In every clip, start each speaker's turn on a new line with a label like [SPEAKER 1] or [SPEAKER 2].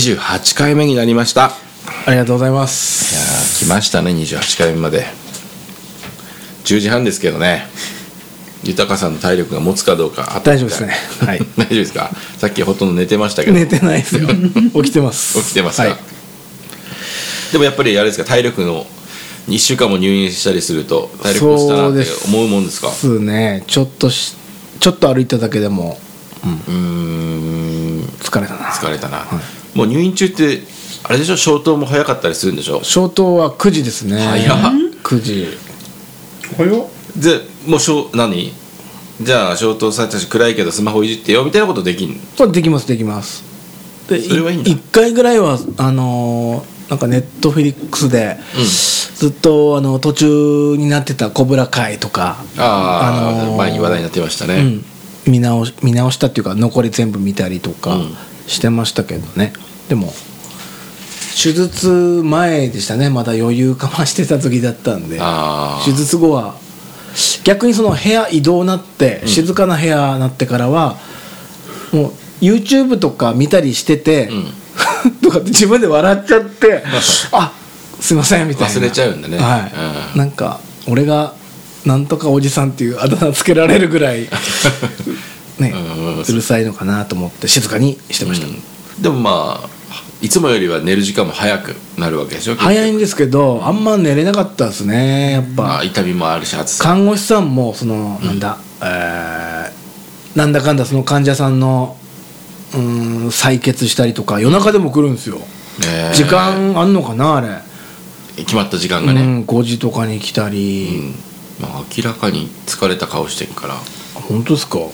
[SPEAKER 1] 28回目になりました
[SPEAKER 2] ありがとうございま
[SPEAKER 1] いや
[SPEAKER 2] す
[SPEAKER 1] ー来ましたね28回目まで10時半ですけどね豊さんの体力が持つかどうか
[SPEAKER 2] 大丈夫 ですねはい
[SPEAKER 1] 大丈夫ですかさっきほとんど寝てましたけど
[SPEAKER 2] 寝てない ですよ起きてます
[SPEAKER 1] 起きてますか、
[SPEAKER 2] はい、
[SPEAKER 1] でもやっぱりあれですか体力の1週間も入院したりすると体力落ちたな
[SPEAKER 2] そ
[SPEAKER 1] っ
[SPEAKER 2] う
[SPEAKER 1] て
[SPEAKER 2] です
[SPEAKER 1] 思うもんですか
[SPEAKER 2] そうねちょっとしちょっと歩いただけでも
[SPEAKER 1] うーん
[SPEAKER 2] 疲れたな
[SPEAKER 1] 疲れたな、もう入院中ってあれでしょ消灯も早かったりするんでしょ
[SPEAKER 2] 消灯は9時ですね
[SPEAKER 1] 早っ
[SPEAKER 2] 9時
[SPEAKER 3] 早っ
[SPEAKER 1] でもうしょう何じゃあ消灯されたし暗いけどスマホいじってよみたいなことできんの
[SPEAKER 2] そうできますできますで
[SPEAKER 1] それはいいんだ
[SPEAKER 2] 1回ぐらいはあのーなんかネットフィリックスで、
[SPEAKER 1] ん
[SPEAKER 2] ずっとあの途中になってた「コブラ会」とか
[SPEAKER 1] ああ、
[SPEAKER 2] あのー
[SPEAKER 1] 前に話題になってましたね、
[SPEAKER 2] うん、見直し見直したっていうか残り全部見たりとか
[SPEAKER 1] うん
[SPEAKER 2] してましたけどね、でも手術前でしたねまだ余裕かましてた時だったんで
[SPEAKER 1] あー
[SPEAKER 2] 手術後は逆にその部屋移動なって静かな部屋なってからは、もう YouTube とか見たりしてて、 とかって自分で笑っちゃ ってあすいませんみたいな
[SPEAKER 1] 忘れちゃうんだね
[SPEAKER 2] はい、
[SPEAKER 1] うん
[SPEAKER 2] なんか俺がなんとかおじさんっていうあだ名つけられるぐらい ね
[SPEAKER 1] うんうん
[SPEAKER 2] うるさいのかなと思って静かにしてました、
[SPEAKER 1] うんでもまあいつもよりは寝る時間も早くなるわけでしょ
[SPEAKER 2] 早い
[SPEAKER 1] 結
[SPEAKER 2] んですけどあんま寝れなかったですねやっ
[SPEAKER 1] 局ま
[SPEAKER 2] ぱ
[SPEAKER 1] あ痛みもあるし暑さ
[SPEAKER 2] 看護師さんもそのなんだ、えーなんだかんだその患者さんのうーん採血したりとか夜中でも来るんですよ、
[SPEAKER 1] ねえ
[SPEAKER 2] 時間あんのかなあれ、
[SPEAKER 1] 決まった時間
[SPEAKER 2] う
[SPEAKER 1] がね、
[SPEAKER 2] ん、5時とかに来た
[SPEAKER 1] うん
[SPEAKER 2] り、
[SPEAKER 1] まあ、明らかに疲れた顔してるから、う
[SPEAKER 2] 本当ですか、うん
[SPEAKER 1] ん、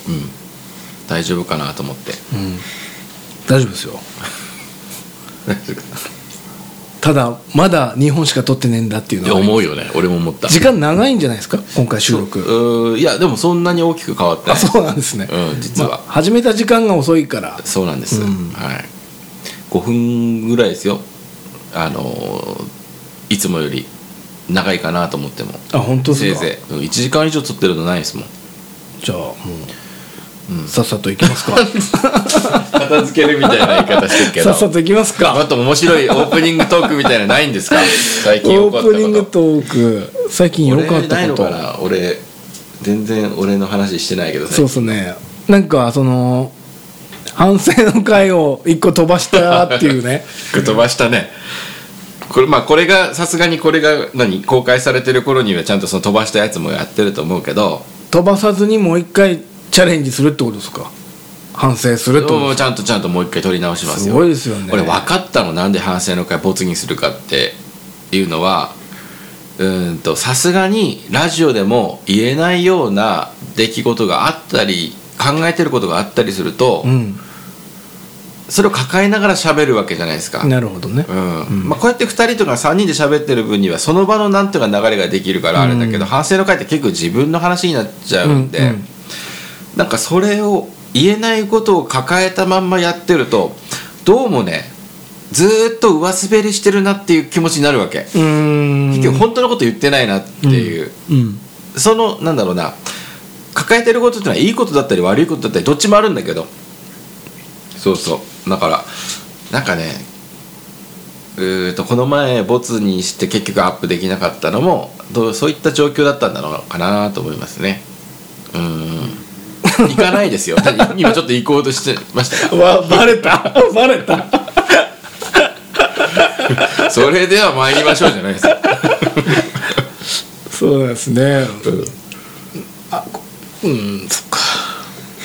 [SPEAKER 1] 大丈夫かなと思って
[SPEAKER 2] 大丈夫ですよただまだ2本しか撮ってねえんだっていう
[SPEAKER 1] い
[SPEAKER 2] の
[SPEAKER 1] や
[SPEAKER 2] は
[SPEAKER 1] 思うよね俺も思った
[SPEAKER 2] 時間長いんじゃないですか今回収録
[SPEAKER 1] うーいやでもそんなに大きく変わって
[SPEAKER 2] あ
[SPEAKER 1] ない
[SPEAKER 2] そうなんですね、
[SPEAKER 1] うん実は
[SPEAKER 2] まあ始めた時間が遅いから
[SPEAKER 1] そうなんです、
[SPEAKER 2] うん
[SPEAKER 1] はい、5分ぐらいですよあのーいつもより長いかなと思っても
[SPEAKER 2] あ本当
[SPEAKER 1] せ
[SPEAKER 2] で
[SPEAKER 1] い
[SPEAKER 2] すか
[SPEAKER 1] ぜい1時間以上撮ってるのないですもん
[SPEAKER 2] じゃあもう、さっさと行きますか
[SPEAKER 1] 片付けるみたいな言い方して るけど
[SPEAKER 2] さっさと行きます
[SPEAKER 1] も
[SPEAKER 2] か
[SPEAKER 1] っと面白いオープニングトークみたいなのないんですか最近
[SPEAKER 2] オ
[SPEAKER 1] 起こ
[SPEAKER 2] ー
[SPEAKER 1] ったこ
[SPEAKER 2] プ
[SPEAKER 1] と
[SPEAKER 2] ニングトーク最近良かっ
[SPEAKER 1] 俺ない
[SPEAKER 2] た
[SPEAKER 1] の
[SPEAKER 2] こ
[SPEAKER 1] か
[SPEAKER 2] と
[SPEAKER 1] な俺全然俺の話してないけど
[SPEAKER 2] そう
[SPEAKER 1] う
[SPEAKER 2] ですねなんかその反省の回を一個飛ばしたっていう ね
[SPEAKER 1] 飛ばしたねこれまあこれがさすがにこれが何公開されてる頃にはちゃんとその飛ばしたやつもやってると思うけど
[SPEAKER 2] 飛ばさずにもう一回チャレンジするってことですか反省するってこと
[SPEAKER 1] も
[SPEAKER 2] で
[SPEAKER 1] う
[SPEAKER 2] す
[SPEAKER 1] ちゃんとちゃんともう一回撮り直します
[SPEAKER 2] か
[SPEAKER 1] よ
[SPEAKER 2] すごいですよね
[SPEAKER 1] 俺分かったのなんで反省の会没にするかっていうのはうーんとさすがにラジオでも言えないような出来事があったり考えてることがあったりすると、
[SPEAKER 2] うん
[SPEAKER 1] それを抱えながら喋るわけじゃないですか。
[SPEAKER 2] なるほどね
[SPEAKER 1] うんまあ、こうやって2人とか3人で喋ってる分にはその場のなんとか流れができるからあれだけど、反省の会って結構自分の話になっちゃうんで、
[SPEAKER 2] うんうん
[SPEAKER 1] なんかそれを言えないことを抱えたまんまやってるとどうもねずーっと上滑りしてるなっていう気持ちになるわけ、
[SPEAKER 2] うーん
[SPEAKER 1] 結局本当のこと言ってないなっていう、
[SPEAKER 2] うん
[SPEAKER 1] そのなんだろうな抱えてることってのはいいことだったり悪いことだったりどっちもあるんだけどそうそうだからなんかねうーんとこの前ボツにして結局アップできなかったのもどうそういった状況だったんだろうかなと思いますねうーん行かないですよ今ちょっと行こうとしてましたが
[SPEAKER 2] わバレたバレた
[SPEAKER 1] それでは参りましょうじゃないですか
[SPEAKER 2] そうですねあこうんそっか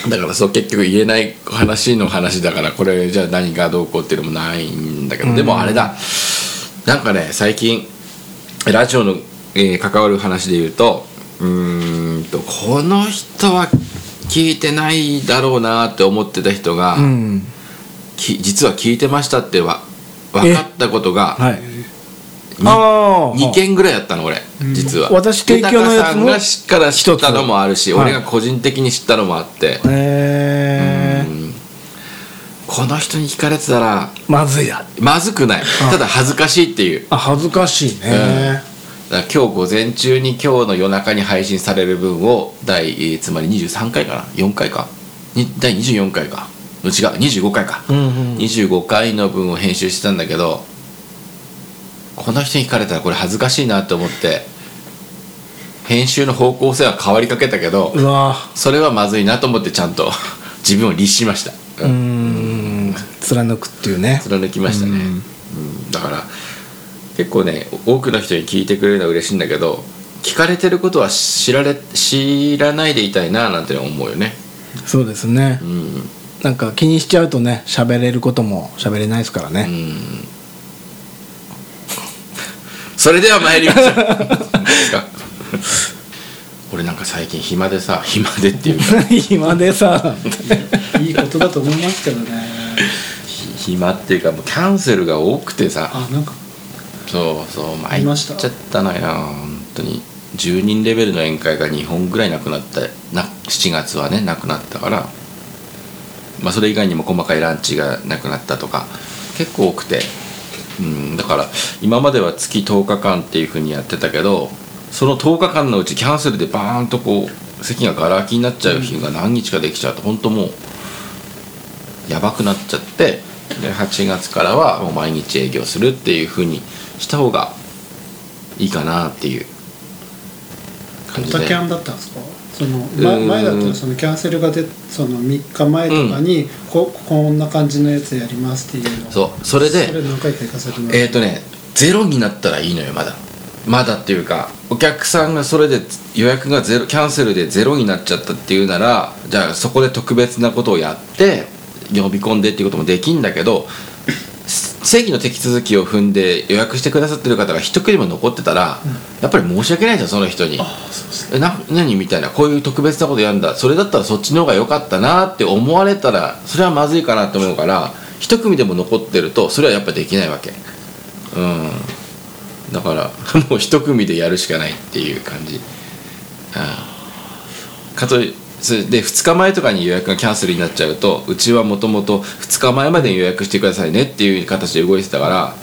[SPEAKER 1] だからそう結局言えない話の話だからこれじゃあ何がどうこうっていうのもないんだけど、でもあれだなんかね最近ラジオの、えー関わる話で言うとうーんとこの人は聞いてないだろうなって思ってた人が、
[SPEAKER 2] うん
[SPEAKER 1] き実は聞いてましたってわ分かったことが
[SPEAKER 2] はいああ
[SPEAKER 1] 2件ぐらいあったの俺実は
[SPEAKER 2] 私提供のやつも
[SPEAKER 1] 豊さんがから知ったのもあるし
[SPEAKER 2] 一つはい
[SPEAKER 1] 俺が個人的に知ったのもあって、
[SPEAKER 2] えー
[SPEAKER 1] この人に聞かれてたら
[SPEAKER 2] まずいや
[SPEAKER 1] まずくないただ恥ずかしいっていう
[SPEAKER 2] あ恥ずかしいね、
[SPEAKER 1] だから今日午前中に今日の夜中に配信される分を第えーつまり23回かな4回かに第24回か違う25回か、
[SPEAKER 2] うんうん
[SPEAKER 1] 25回の分を編集してたんだけどこの人に聞かれたらこれ恥ずかしいなと思って編集の方向性は変わりかけたけど
[SPEAKER 2] うわ
[SPEAKER 1] それはまずいなと思ってちゃんと自分を律しました
[SPEAKER 2] うーん貫くっていうね
[SPEAKER 1] 貫きましたね、うんだから結構ね多くの人に聞いてくれるのは嬉しいんだけど聞かれてることは知られ知らないでいたいななんて思うよね
[SPEAKER 2] そうですね、
[SPEAKER 1] うん
[SPEAKER 2] なんか気にしちゃうとね喋れることも喋れないですからね、
[SPEAKER 1] それでは参りましょう何ですか俺なんか最近暇でさ暇でっていうか
[SPEAKER 2] 今でさいいことだと思いますけどね
[SPEAKER 1] 暇っていうかもうキャンセルが多くてさ
[SPEAKER 3] あなんか
[SPEAKER 1] そうそう参
[SPEAKER 3] 見
[SPEAKER 1] っ
[SPEAKER 3] ました
[SPEAKER 1] ちゃったなよ本当に10人レベルの宴会が2本ぐらいなくなったな7月はねなくなったから、まあ、それ以外にも細かいランチがなくなったとか結構多くてうんだから今までは月10日間っていうふうにやってたけどその10日間のうちキャンセルでバーンとこう席がガラ空きになっちゃう日が何日かできちゃうと本当もうやばくなっちゃってで8月からはもう毎日営業するっていうふうにした方がいいかなっていう感じ
[SPEAKER 3] ドタキ
[SPEAKER 1] で
[SPEAKER 3] ャンだったんですかその
[SPEAKER 1] うー
[SPEAKER 3] 前
[SPEAKER 1] ん
[SPEAKER 3] 前だったらそのキャンセルが出その3日前とかに、ここんな感じのやつやりますっていうの
[SPEAKER 1] そうそれで
[SPEAKER 3] それ何回か行かせてもら
[SPEAKER 1] えっ、ー、とねゼロになったらいいのよまだまだっていうかお客さんがそれで予約がゼロキャンセルでゼロになっちゃったっていうならじゃあそこで特別なことをやって呼び込んでっていうこともできんだけど正義の手続きを踏んで予約してくださってる方が一組も残ってたら、やっぱり申し訳ないじゃんその人にえな何みたいなこういう特別なことやんだそれだったらそっちの方が良かったなって思われたらそれはまずいかなって思うから一組でも残ってるとそれはやっぱできないわけうんだから もう一組でやるしかないっていう感じうんかといそれで2日前とかに予約がキャンセルになっちゃうとうちはもともと2日前までに予約してくださいねっていう形で動いてたから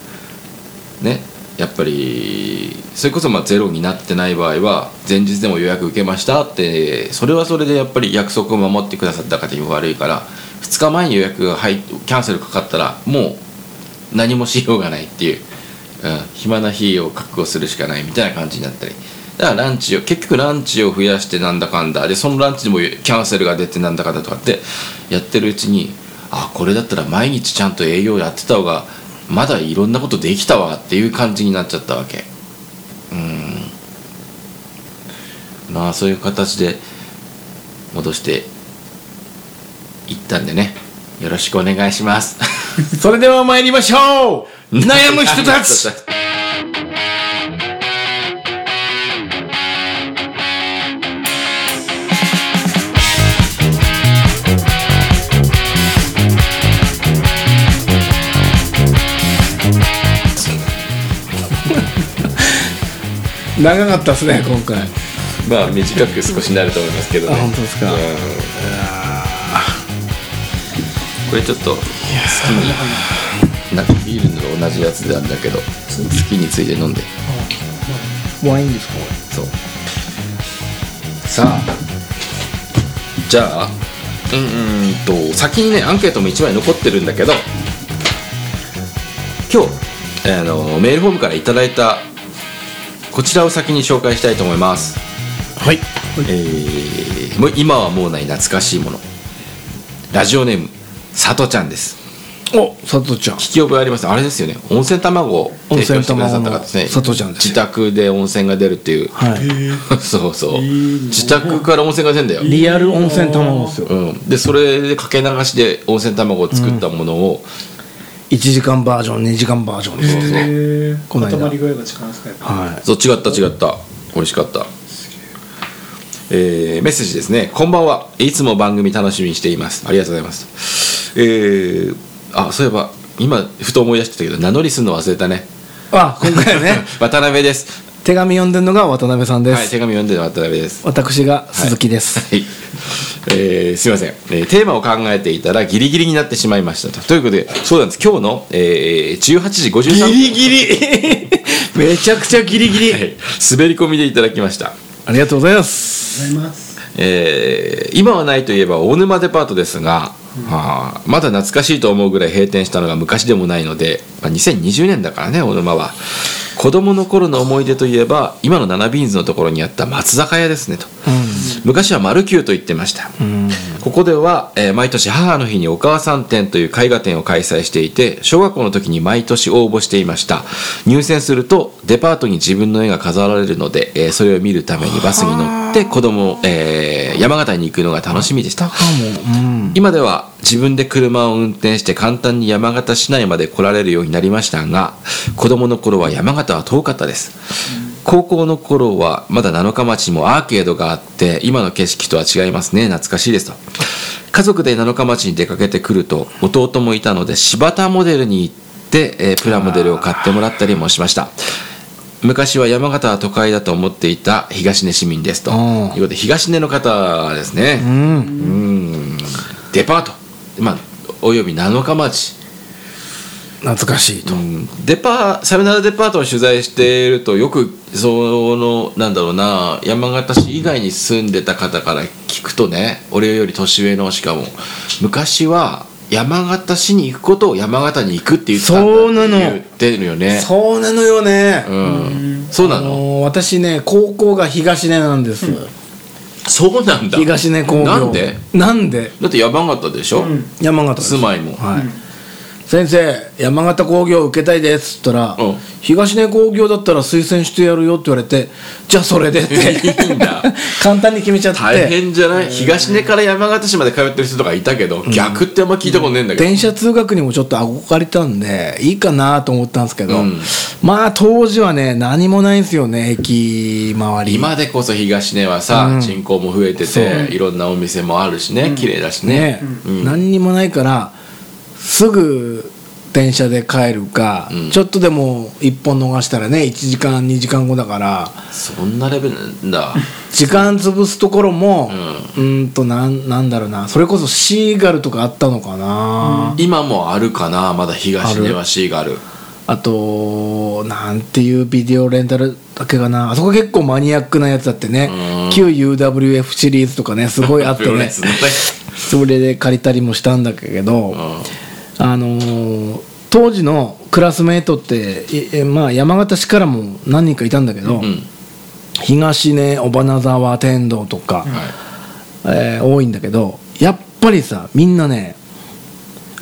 [SPEAKER 1] ねやっぱりそれこそまあゼロになってない場合は前日でも予約受けましたってそれはそれでやっぱり約束を守ってくださった方にも悪いから2日前に予約が入っキャンセルかかったらもう何もしようがないっていう、うん、暇な日を確保するしかないみたいな感じになったりだからランチを結局ランチを増やしてなんだかんだでそのランチにもキャンセルが出てなんだかんだとかってやってるうちにあこれだったら毎日ちゃんと営業やってた方がまだいろんなことできたわっていう感じになっちゃったわけうんまあそういう形で戻していったんでねよろしくお願いします
[SPEAKER 2] それでは参りましょう悩む人たち
[SPEAKER 1] は
[SPEAKER 2] 長かったですね今回
[SPEAKER 1] まあ短く少しなると思いますけどね
[SPEAKER 2] あ本当ですか
[SPEAKER 1] うんこれちょっと好きになんかビールの同じやつなんだけど好きについて飲んで
[SPEAKER 2] ワインですか
[SPEAKER 1] そうさあじゃあうーんと先にねアンケートも1枚残ってるんだけど今日あのメールフォームからいただいたこちらを先に紹介したいと思います、
[SPEAKER 2] はい
[SPEAKER 1] えーもう今はもうない懐かしいものラジオネームさとちゃんです
[SPEAKER 2] お佐藤ちゃん
[SPEAKER 1] 聞き覚えありますあれですよね温泉卵を提供してくださった方ですね
[SPEAKER 2] 温泉卵の佐藤ちゃんです
[SPEAKER 1] 自
[SPEAKER 2] よ
[SPEAKER 1] 宅で温泉が出るっていう、
[SPEAKER 2] は い
[SPEAKER 1] そうそう自宅から温泉が出るんだよ、
[SPEAKER 2] リアル温泉卵ですよ
[SPEAKER 1] うん、でそれでかけ流しで温泉卵を作ったものを、
[SPEAKER 2] 1時間バージョン2時間バージョンです
[SPEAKER 1] そうそう
[SPEAKER 3] え
[SPEAKER 2] こ
[SPEAKER 3] こ
[SPEAKER 2] の
[SPEAKER 3] の
[SPEAKER 2] 間
[SPEAKER 3] 固まり具合が違うんですかやっぱ
[SPEAKER 2] は
[SPEAKER 1] そう違った違った美味しかったえーメッセージですねこんばんはいつも番組楽しみにしていますありがとうございますえーあそういえば今ふと思い出してたけど名乗りするの忘れたね
[SPEAKER 2] いあ今回は ね
[SPEAKER 1] 渡辺です
[SPEAKER 2] 手紙読んでるのが渡辺さんで
[SPEAKER 1] はい
[SPEAKER 2] す
[SPEAKER 1] 手紙読んでる渡辺です
[SPEAKER 2] 私が鈴木です
[SPEAKER 1] はい、えーすいません、えーテーマを考えていたらギリギリになってしまいましたとということでそうなんです今日の、えー18時53分
[SPEAKER 2] ギリ めちゃくちゃギリギリ、
[SPEAKER 1] はい滑り込みでいただきました、
[SPEAKER 2] ありがとうございます
[SPEAKER 3] ありがとうございます
[SPEAKER 1] えー今はないといえば大沼デパートですがはあ、まだ懐かしいと思うぐらい閉店したのが昔でもないので、まあ、2020年だからね小沼は子供の頃の思い出といえば今の7ビーンズのところにあった松坂屋ですねと、昔は丸九と言ってました、ここでは、えー毎年母の日にお母さん展という絵画展を開催していて小学校の時に毎年応募していました入選するとデパートに自分の絵が飾られるので、えーそれを見るためにバスに乗って子供、えー山形に行くのが楽しみでした
[SPEAKER 2] うん
[SPEAKER 1] 今では自分で車を運転して簡単に山形市内まで来られるようになりましたが子供の頃は山形は遠かったです高校の頃はまだ七日町にもアーケードがあって今の景色とは違いますね懐かしいですと家族で七日町に出かけてくると弟もいたので柴田モデルに行って、えープラモデルを買ってもらったりもしました昔は山形は都会だと思っていた東根市民ですという
[SPEAKER 2] うん
[SPEAKER 1] ことで東根の方ですね、
[SPEAKER 2] うん
[SPEAKER 1] うんデパート、まあ、および7日町、
[SPEAKER 2] 懐かしいと
[SPEAKER 1] うんデパサヨナラデパートを取材しているとよくそのなんだろうな山形市以外に住んでた方から聞くとね俺より年上のしかも昔は山形市に行くことを山形に行くって言ってたんだって
[SPEAKER 2] そうなの
[SPEAKER 1] 言ってるよね
[SPEAKER 2] そうなのよね
[SPEAKER 1] うん、そうな
[SPEAKER 2] あ
[SPEAKER 1] の、
[SPEAKER 2] のー私ね高校が東根なんです
[SPEAKER 1] そうなんだ
[SPEAKER 2] 東根工業
[SPEAKER 1] なんで
[SPEAKER 2] なんで
[SPEAKER 1] だって山形でしょ、
[SPEAKER 3] うん
[SPEAKER 2] 山形です
[SPEAKER 1] 住まいも、
[SPEAKER 2] はい先生山形工業受けたいですっつったら、
[SPEAKER 1] うん
[SPEAKER 2] 東根工業だったら推薦してやるよって言われてじゃあそれでって
[SPEAKER 1] いいんだ
[SPEAKER 2] 簡単に決めちゃって
[SPEAKER 1] 大変じゃない東根から山形市まで通ってる人とかいたけど、逆ってあんま聞いたことねえんだけど、
[SPEAKER 2] 電車通学にもちょっと憧れたんでいいかなと思ったんですけど、
[SPEAKER 1] うん
[SPEAKER 2] まあ当時はね何もないんですよね駅周り
[SPEAKER 1] 今でこそ東根はさ、
[SPEAKER 2] うん
[SPEAKER 1] 人口も増えてていろんなお店もあるしね、綺麗だしね
[SPEAKER 2] ね、何にもないからすぐ電車で帰るか、
[SPEAKER 1] うん
[SPEAKER 2] ちょっとでも一本逃したらね1時間2時間後だから
[SPEAKER 1] そんなレベルなんだ
[SPEAKER 2] 時間潰すところもうーんとなんなんだろうなそれこそシーガルとかあったのかな、
[SPEAKER 1] 今もあるかなまだ東根はシーガル
[SPEAKER 2] あとなんていうビデオレンタルだっけかなあそこ結構マニアックなやつだってね
[SPEAKER 1] うん
[SPEAKER 2] 旧 UWF シリーズとかねすごいあって
[SPEAKER 1] プロ
[SPEAKER 2] ね
[SPEAKER 1] レスのね
[SPEAKER 2] それで借りたりもしたんだけど、
[SPEAKER 1] うん
[SPEAKER 2] あのー当時のクラスメートって、いえまあ、山形市からも何人かいたんだけど、
[SPEAKER 1] うん
[SPEAKER 2] 東根尾花沢天童と
[SPEAKER 1] は
[SPEAKER 2] か、えー多いんだけどやっぱりさみんなね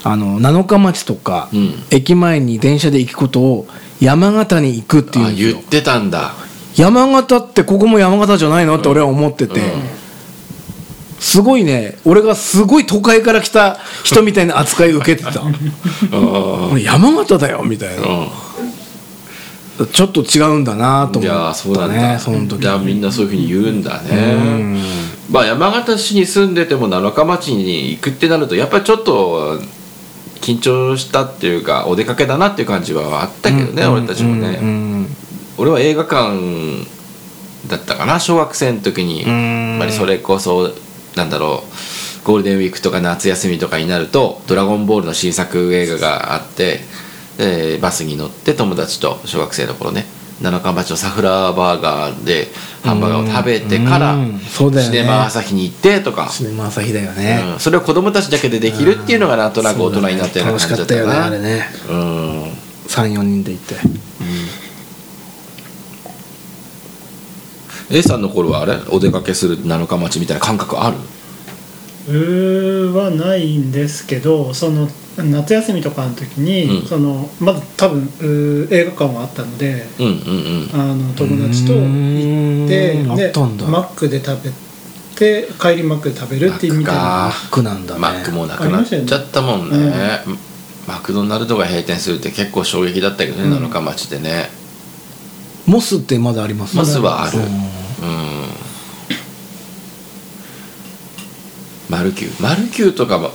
[SPEAKER 2] あの7日町とか、
[SPEAKER 1] うん
[SPEAKER 2] 駅前に電車で行くことを山形に行くって
[SPEAKER 1] い、
[SPEAKER 2] い
[SPEAKER 1] あ
[SPEAKER 2] うんです
[SPEAKER 1] 言っ
[SPEAKER 2] よ
[SPEAKER 1] てたんだ
[SPEAKER 2] 山形ってここも山形じゃないのって俺は思ってて、すごいね俺がすごい都会から来た人みたいな扱いを受けて た
[SPEAKER 1] うん
[SPEAKER 2] 俺山形だよみたいな
[SPEAKER 1] うん
[SPEAKER 2] ちょっと違うんだなと
[SPEAKER 1] じ
[SPEAKER 2] 思
[SPEAKER 1] ゃあ
[SPEAKER 2] っ
[SPEAKER 1] そうな
[SPEAKER 2] た
[SPEAKER 1] ん
[SPEAKER 2] ね
[SPEAKER 1] だ
[SPEAKER 2] その時
[SPEAKER 1] じゃあみんなそういうふうに言うんだねまあ山形市に住んでても七日町に行くってなるとやっぱりちょっと緊張したっていうかお出かけだなっていう感じはあったけどね、俺たちもね、
[SPEAKER 2] うん
[SPEAKER 1] 俺は映画館だったかな小学生の時に
[SPEAKER 2] うん
[SPEAKER 1] やっぱりそれこそなんだろうゴールデンウィークとか夏休みとかになると「ドラゴンボール」の新作映画があってでバスに乗って友達と小学生の頃ね七日町のサフラーバーガーでハンバーガーを食べてから、
[SPEAKER 2] うんそうだよ
[SPEAKER 1] シ
[SPEAKER 2] ね
[SPEAKER 1] ネマ朝日に行ってとか、
[SPEAKER 2] シネマ朝日だよね、
[SPEAKER 1] うんそれを子供たちだけでできるっていうのがなんとなく大人になったような
[SPEAKER 2] 楽し
[SPEAKER 1] 感じだ
[SPEAKER 2] か
[SPEAKER 1] っ
[SPEAKER 2] った
[SPEAKER 1] た
[SPEAKER 2] よね
[SPEAKER 1] か
[SPEAKER 2] あれ
[SPEAKER 1] な。
[SPEAKER 2] ね
[SPEAKER 1] うん
[SPEAKER 2] 34人で行って
[SPEAKER 1] うん A さんの頃はあれお出かけする7日町みたいな感覚ある
[SPEAKER 3] うーはないんですけどその夏休みとかの時に、
[SPEAKER 1] うん
[SPEAKER 3] そのまず多分うー映画館はあったので
[SPEAKER 1] うんうん
[SPEAKER 3] あの友達と行って
[SPEAKER 2] うーんあ
[SPEAKER 3] で
[SPEAKER 2] ったんだ
[SPEAKER 3] マックで食べて帰りマックで食べるっていうみたい
[SPEAKER 1] マ
[SPEAKER 3] な
[SPEAKER 1] ッ
[SPEAKER 2] 楽なんだ
[SPEAKER 1] うん
[SPEAKER 2] ね
[SPEAKER 1] マックもなくなっちゃったもんね
[SPEAKER 3] ありま
[SPEAKER 1] マクドナルドが閉店するって結構衝撃だったけどね、
[SPEAKER 3] うん
[SPEAKER 1] 7日町でね
[SPEAKER 2] モスってまだあります
[SPEAKER 1] モスはある
[SPEAKER 2] うん
[SPEAKER 1] うんマルキューマルキューとかも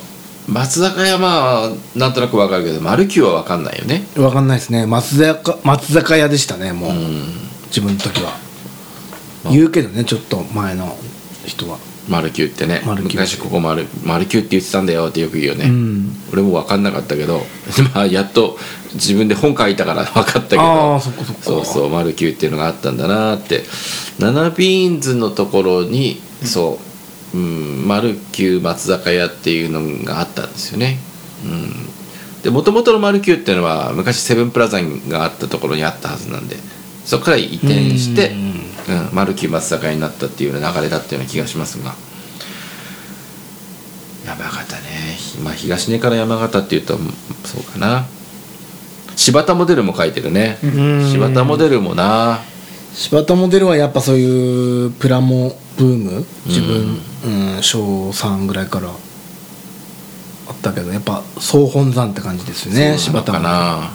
[SPEAKER 1] 松坂屋はなんとなくわかるけどマルキューは分かんないよね
[SPEAKER 2] わかんないですね松坂松坂屋でしたねもう、
[SPEAKER 1] うん
[SPEAKER 2] 自分の時は、
[SPEAKER 1] まあ
[SPEAKER 2] 言うけどねちょっと前の人は
[SPEAKER 1] マルキューってね
[SPEAKER 2] マルキュー
[SPEAKER 1] 昔ここマルマルキューって言ってたんだよってよく言うよね、
[SPEAKER 2] うん
[SPEAKER 1] 俺も分かんなかったけど まあやっと自分で本書いたから分かったけど
[SPEAKER 2] ああそっかそっか
[SPEAKER 1] そうそうマルキューっていうのがあったんだなって7ビーンズのところに、そううん、マルキュー松坂屋っていうのがあったんですよね。うん、で元々のマルキューっていうのは昔セブンプラザがあったところにあったはずなんでそこから移転して、うんマルキュー松坂屋になったっていうような流れだったような気がしますが山形ね、まあ、東根から山形っていうとそうかな柴田モデルも書いてるね
[SPEAKER 2] ん
[SPEAKER 1] 柴田モデルもな
[SPEAKER 2] 柴田モデルはやっぱそういうプラモブーム自分、うん小3ぐらいからあったけどやっぱ総本山って感じですよね
[SPEAKER 1] そうな
[SPEAKER 2] 柴
[SPEAKER 1] の
[SPEAKER 2] 田
[SPEAKER 1] か
[SPEAKER 2] モデル
[SPEAKER 1] な、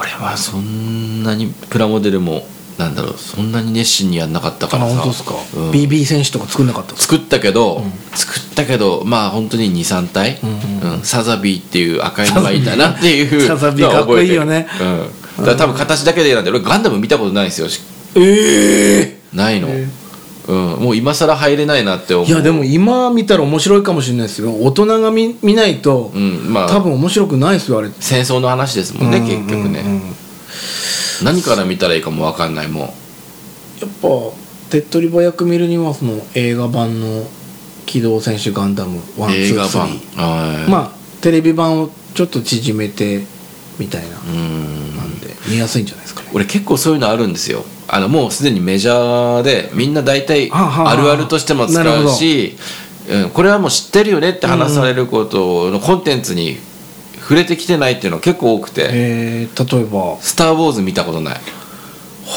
[SPEAKER 1] 俺はそんなにプラモデルもなんだろうそんなに熱心にやんなかったから
[SPEAKER 2] あ
[SPEAKER 1] さ
[SPEAKER 2] 本当ですか、
[SPEAKER 1] うん
[SPEAKER 2] BB 選手とか作んなかったですか
[SPEAKER 1] 作ったけど、作ったけどまあ本当に23体、
[SPEAKER 2] うん
[SPEAKER 1] うんサザビーっていう赤いのがいたなっていう
[SPEAKER 2] サザビー
[SPEAKER 1] のは覚えてる
[SPEAKER 2] かっこいいよね
[SPEAKER 1] うん、だから多分形だけで選んで俺ガンダム見たことないんですよし
[SPEAKER 2] ええ
[SPEAKER 1] ないの、
[SPEAKER 3] え
[SPEAKER 1] うん、もう今更入れないなって思う
[SPEAKER 2] いやでも今見たら面白いかもしれないですよ大人が見見ないと、
[SPEAKER 1] うんまあ
[SPEAKER 2] 多分面白くないですよあれ
[SPEAKER 1] 戦争の話ですもんね結局ね、
[SPEAKER 2] うんうんうん
[SPEAKER 1] 何から見たらいいかも分かんないも
[SPEAKER 2] やっぱ手っ取り早く見るにはその映画版の「機動戦士ガンダム
[SPEAKER 1] う映画版
[SPEAKER 2] 123」
[SPEAKER 1] はい
[SPEAKER 2] まあテレビ版をちょっと縮めてみたいな
[SPEAKER 1] うーん
[SPEAKER 2] なんで見やすいんじゃないですかね
[SPEAKER 1] 俺結構そういうのあるんですよあのもうすでにメジャーでみんな大体
[SPEAKER 2] はあはあはあ
[SPEAKER 1] あるあるとしても使
[SPEAKER 2] なるほ
[SPEAKER 1] う
[SPEAKER 2] ど
[SPEAKER 1] し、うん、これはもう知ってるよねって話されることのコンテンツに触れてきてないっていうのが結構多くて
[SPEAKER 2] えー、例えば
[SPEAKER 1] 「スター・ウォーズ」見たことない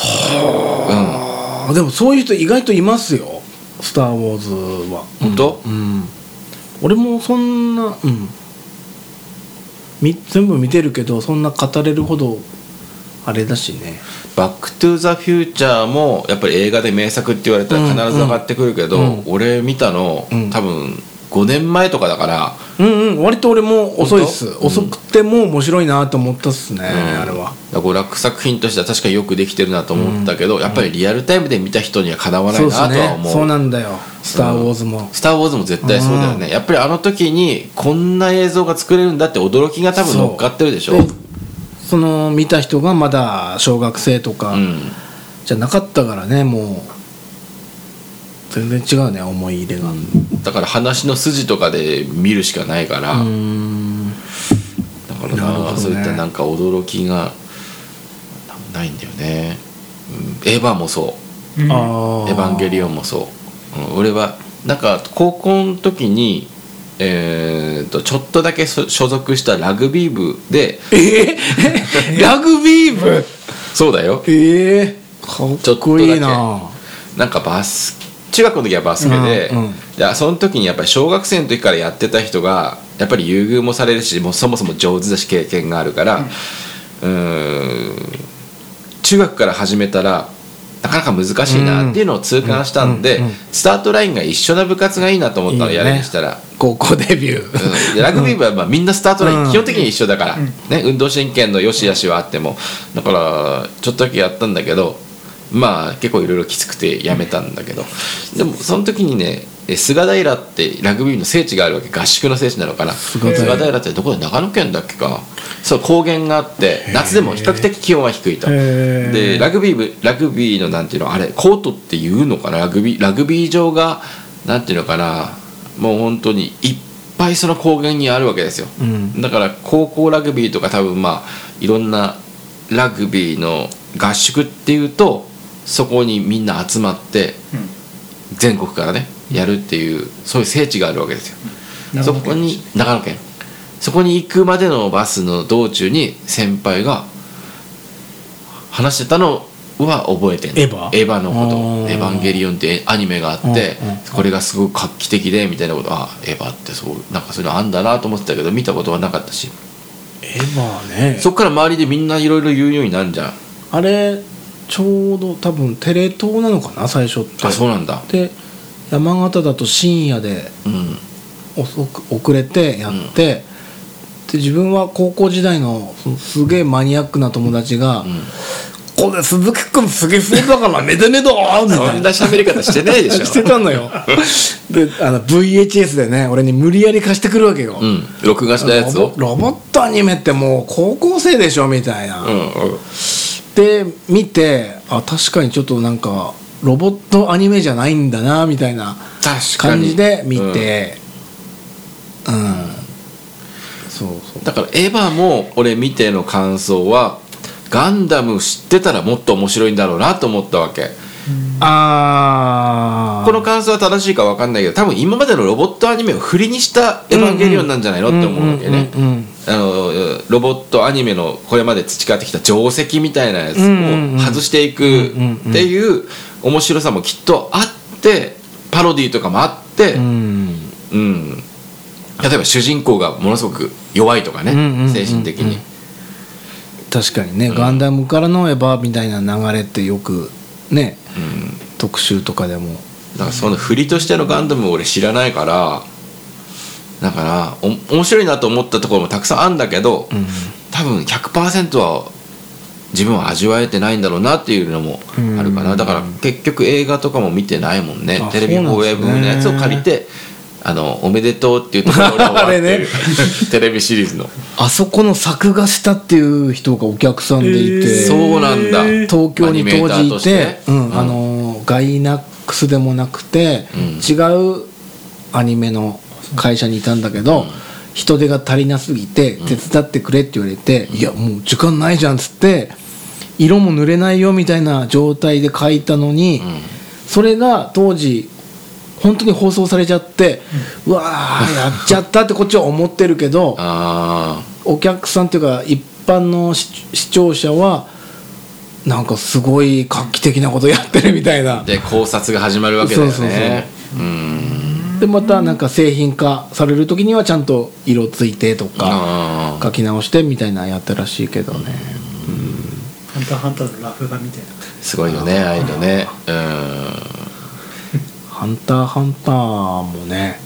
[SPEAKER 1] は
[SPEAKER 2] あーでもそういう人意外といますよ「スター・ウォーズ」は
[SPEAKER 1] うん本当、
[SPEAKER 2] うん俺もそんなうんみ全部見てるけどそんな語れるほどあれだしね
[SPEAKER 1] バック・トゥ・ザ・フューチャーもやっぱり映画で名作って言われたら必ず上がってくるけど、
[SPEAKER 2] うんうんうん
[SPEAKER 1] 俺見たの、
[SPEAKER 2] うん
[SPEAKER 1] 多分5年前とかだから
[SPEAKER 2] うんうん割と俺も遅いっす
[SPEAKER 1] 本当
[SPEAKER 2] 遅くても面白いなと思ったっすね、
[SPEAKER 1] うん
[SPEAKER 2] あれは
[SPEAKER 1] だから娯楽作品としては確かによくできてるなと思ったけど、やっぱりリアルタイムで見た人にはかなわない
[SPEAKER 2] そう
[SPEAKER 1] な
[SPEAKER 2] っ
[SPEAKER 1] と
[SPEAKER 2] す
[SPEAKER 1] は
[SPEAKER 2] ね
[SPEAKER 1] 思う
[SPEAKER 2] そうなんだよ「スター・ウォーズも」
[SPEAKER 1] スター・ウォーズ」も絶対そうだよね、やっぱりあの時にこんな映像が作れるんだって驚きが多分乗っかってるでしょ
[SPEAKER 2] そうその見た人がまだ小学生とか
[SPEAKER 1] うん
[SPEAKER 2] じゃなかったからね、もう全然違うね思い入れが
[SPEAKER 1] だから話の筋とかで見るしかないから、
[SPEAKER 2] うーん
[SPEAKER 1] だから
[SPEAKER 2] なるほ
[SPEAKER 1] な
[SPEAKER 2] どね
[SPEAKER 1] そういったなんか驚きがないんだよね、うんエヴァもそう
[SPEAKER 3] うん
[SPEAKER 2] あ
[SPEAKER 1] 「
[SPEAKER 2] ー
[SPEAKER 1] エヴァンゲリオン」もそう、うん俺はなんか高校の時にえー、とちょっとだけそ所属したラグビー部で
[SPEAKER 2] えー ラグビー部
[SPEAKER 1] そうだよ
[SPEAKER 2] ええー、かっこいいな
[SPEAKER 1] なんかバス中学の時はバスケで,、
[SPEAKER 2] うんうん
[SPEAKER 1] でその時にやっぱり小学生の時からやってた人がやっぱり優遇もされるしもうそもそも上手だし経験があるから、うーん中学から始めたらなかなか難しいなっていうのを痛感したんで、
[SPEAKER 2] うんうんうん
[SPEAKER 1] スタートラインが一緒な部活がいいなと思ったの
[SPEAKER 2] いいよ
[SPEAKER 1] や
[SPEAKER 2] ね
[SPEAKER 1] るにしたら。
[SPEAKER 2] 高校デビュ
[SPEAKER 1] う
[SPEAKER 2] ー、
[SPEAKER 1] んでラグビー部はまあみんなスタートライン、
[SPEAKER 2] うん
[SPEAKER 1] 基本的に一緒だから、ね、運動神経の良し悪しはあってもだからちょっとだけやったんだけどまあ結構いろいろきつくてやめたんだけどでもその時にねえ菅平ってラグビーの聖地があるわけ合宿の聖地なのかな
[SPEAKER 2] 菅
[SPEAKER 1] 菅
[SPEAKER 2] 平
[SPEAKER 1] 平ってどこで長野県だっけかそう高原があって夏でも比較的気温は低いと
[SPEAKER 2] へー
[SPEAKER 1] でラグビー部ラグビーのなんていうのあれコートっていうのかなラグビーラグビー場がなんていうのかなもう本当にいっぱいその高原にあるわけですよ、
[SPEAKER 2] うん
[SPEAKER 1] だから高校ラグビーとか多分まあいろんなラグビーの合宿っていうとそこにみんな集まって全国からねやるっていうそういう聖地があるわけですよ、そこに長野県そこに行くまでのバスの道中に先輩が話してたのは覚えてんの
[SPEAKER 2] エヴァ
[SPEAKER 1] エヴァのこと「
[SPEAKER 2] おー
[SPEAKER 1] エヴァンゲリオン」ってアニメがあって
[SPEAKER 2] うんうん
[SPEAKER 1] これがすごく画期的でみたいなことあエヴァってそうなんかそういうのあんだなと思ってたけど見たことはなかったし
[SPEAKER 2] エヴァね
[SPEAKER 1] そっから周りでみんないろいろ言うようになるじゃん
[SPEAKER 2] あれちょうど多分テレ東なのかな最初って
[SPEAKER 1] あそうなんだ
[SPEAKER 2] で山形だと深夜で
[SPEAKER 1] うん
[SPEAKER 2] 遅く遅れてやって、で自分は高校時代のそのすげえマニアックな友達が「
[SPEAKER 1] ん
[SPEAKER 2] これ鈴木君すげえそう だからめでめだ!」み
[SPEAKER 1] そ
[SPEAKER 2] たい
[SPEAKER 1] ん
[SPEAKER 2] な
[SPEAKER 1] な喋り方してないでしょ
[SPEAKER 2] してたのよであの VHS でね俺に無理やり貸してくるわけよ、
[SPEAKER 1] うん録画したやつを
[SPEAKER 2] ロボロボットアニメってもう高校生でしょみたいな、
[SPEAKER 1] うんうん
[SPEAKER 2] で見てあ確かにちょっとなんかロボットアニメじゃないんだなみたいな
[SPEAKER 1] 確かに
[SPEAKER 2] 感じで見てうん、そうそう
[SPEAKER 1] だからエヴァも俺見ての感想はガンダム知ってたらもっと面白いんだろうなと思ったわけ
[SPEAKER 2] ああ
[SPEAKER 1] この感想は正しいか分かんないけど多分今までのロボットアニメを振りにした「エヴァンゲリオン」なんじゃないのって思うわけね
[SPEAKER 2] うんうんうんうん
[SPEAKER 1] あのロボットアニメのこれまで培ってきた定石みたいなやつ
[SPEAKER 2] うんうんう
[SPEAKER 1] を
[SPEAKER 2] ん
[SPEAKER 1] 外していくっていう面白さもきっとあってパロディーとかもあって、
[SPEAKER 2] うん
[SPEAKER 1] うん、例えば主人公がものすごく弱いとかね、
[SPEAKER 2] うんうんうんうん
[SPEAKER 1] 精神的に、
[SPEAKER 2] 確かにね、ガンダムからのエヴァみたいな流れってよくね、特集とかでも
[SPEAKER 1] だからその振りとしてのガンダムを俺知らないからだからお面白いなと思ったところもたくさんあるんだけど、多分100%は自分は味わえてないんだろうなっていうのもあるかな、だから結局映画とかも見てないもんね
[SPEAKER 2] あ
[SPEAKER 1] テレビ放映分のやつを借りて「あのおめでとう」っていうところで俺は終わってる
[SPEAKER 2] あれね
[SPEAKER 1] テレビシリーズの。
[SPEAKER 2] あそこの作画したっていう人がお客さんでいて、
[SPEAKER 1] そうなんだ
[SPEAKER 2] 東京
[SPEAKER 1] ア
[SPEAKER 2] に当
[SPEAKER 1] ニメーター
[SPEAKER 2] 時
[SPEAKER 1] と
[SPEAKER 2] い
[SPEAKER 1] してて
[SPEAKER 2] うん
[SPEAKER 1] うん
[SPEAKER 2] あのガイナックスでもなくて、違うアニメの会社にいたんだけど、人手が足りなすぎて手伝ってくれって言われて、いやもう時間ないじゃんっつって色も塗れないよみたいな状態で描いたのに、それが当時本当に放送されちゃって、うわーやっちゃったってこっちは思ってるけど。
[SPEAKER 1] あ
[SPEAKER 2] お客さんというか一般の視視聴者はなんかすごい画期的なことやってるみたいな
[SPEAKER 1] ーで考察が始まるわけだよね
[SPEAKER 2] そうそうそう
[SPEAKER 1] うん
[SPEAKER 2] でまたなんか製品化される時にはちゃんと色ついてとか
[SPEAKER 1] あー
[SPEAKER 2] 書き直してみたいなのやったらしいけどね
[SPEAKER 3] ハンターハンターのラフ画みたいな
[SPEAKER 1] すごいよねああいうのねうん
[SPEAKER 2] 「ハンターハンター」もね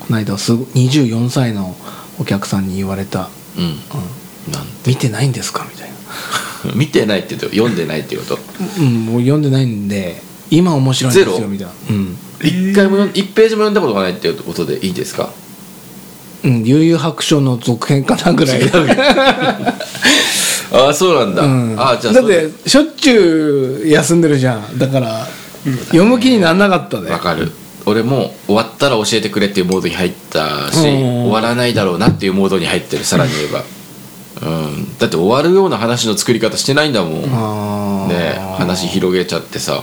[SPEAKER 2] この間すご24歳のお客さんに言われた
[SPEAKER 1] うん
[SPEAKER 2] 「うん
[SPEAKER 1] なん
[SPEAKER 2] 見てないんですか?」みたいな
[SPEAKER 1] 見てないって言うと読んでないっていうこと
[SPEAKER 2] 「うんもう読んでないんで今面白いんです
[SPEAKER 1] ゼロ
[SPEAKER 2] よ」みたいな、うん
[SPEAKER 1] 一回も読ん1ページも読んだことがないっていうことでいいですか
[SPEAKER 2] うん、悠々白書の続編かなぐらい
[SPEAKER 1] ああそうなんだ、
[SPEAKER 2] うん、
[SPEAKER 1] ああじゃあ
[SPEAKER 2] だっ
[SPEAKER 1] それ
[SPEAKER 2] てしょっちゅう休んでるじゃんだから、読む気にならなかったで
[SPEAKER 1] わかる俺も終わったら教えてくれっていうモードに入ったし、
[SPEAKER 2] うんうんうん
[SPEAKER 1] 終わらないだろうなっていうモードに入ってるさらに言えば、うん、だって終わるような話の作り方してないんだもん、ね
[SPEAKER 2] あー
[SPEAKER 1] え話広げちゃってさ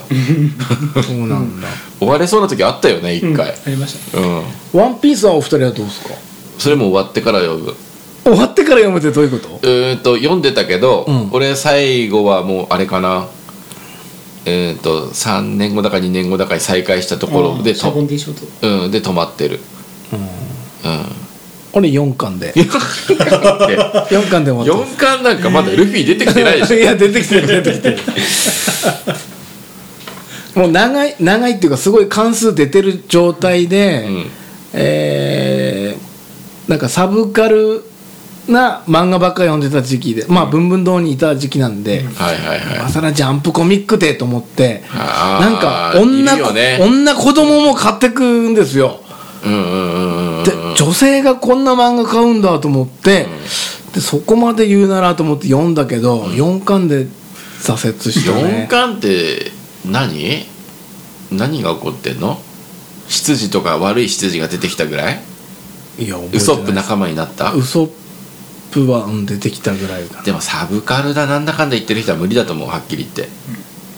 [SPEAKER 2] そうなんだ
[SPEAKER 1] 終われそうな時あったよね一回、
[SPEAKER 3] ありました
[SPEAKER 1] うん
[SPEAKER 2] 「ワンピースはお二人はどうですか
[SPEAKER 1] それも終わってから読む
[SPEAKER 2] 終わってから読むってどういうこと
[SPEAKER 1] うーんと読んでたけど、
[SPEAKER 2] うん
[SPEAKER 1] 俺最後はもうあれかなえー、と3年後だか2年後だかに再開したところで
[SPEAKER 3] シャボ
[SPEAKER 1] と
[SPEAKER 3] ン、ディショート
[SPEAKER 1] うん、で止まってる
[SPEAKER 2] 俺4巻で
[SPEAKER 1] うん、で
[SPEAKER 2] 4巻で終わっ
[SPEAKER 1] 4巻なんかまだルフィ出てきてないでしたょ
[SPEAKER 2] いや出てきてる出てきて るもう長い長いっていうかすごい関数出てる状態で、
[SPEAKER 1] うん
[SPEAKER 2] えーなんかサブカルな漫画ばっか読んでた時期でまあ文文堂にいた時期なんで、
[SPEAKER 1] はいはいは
[SPEAKER 2] 今
[SPEAKER 1] い
[SPEAKER 2] さらジャンプコミックでと思って
[SPEAKER 1] あー
[SPEAKER 2] なんか
[SPEAKER 1] い
[SPEAKER 2] 女
[SPEAKER 1] るよね
[SPEAKER 2] 女子供も買ってくんですよ
[SPEAKER 1] うんうんうんうん
[SPEAKER 2] で女性がこんな漫画買うんだと思って、でそこまで言うならと思って読んだけど、4巻で挫折した
[SPEAKER 1] 4
[SPEAKER 2] ね
[SPEAKER 1] 巻って何何が起こってんの執事とか悪い執事が出てきたぐらい
[SPEAKER 2] いや覚えてない
[SPEAKER 1] ウソップ仲間になった
[SPEAKER 2] ウソップはうん出てきたぐらいかな
[SPEAKER 1] でもサブカルだなんだかんだ言ってる人は無理だと思うはっきり言って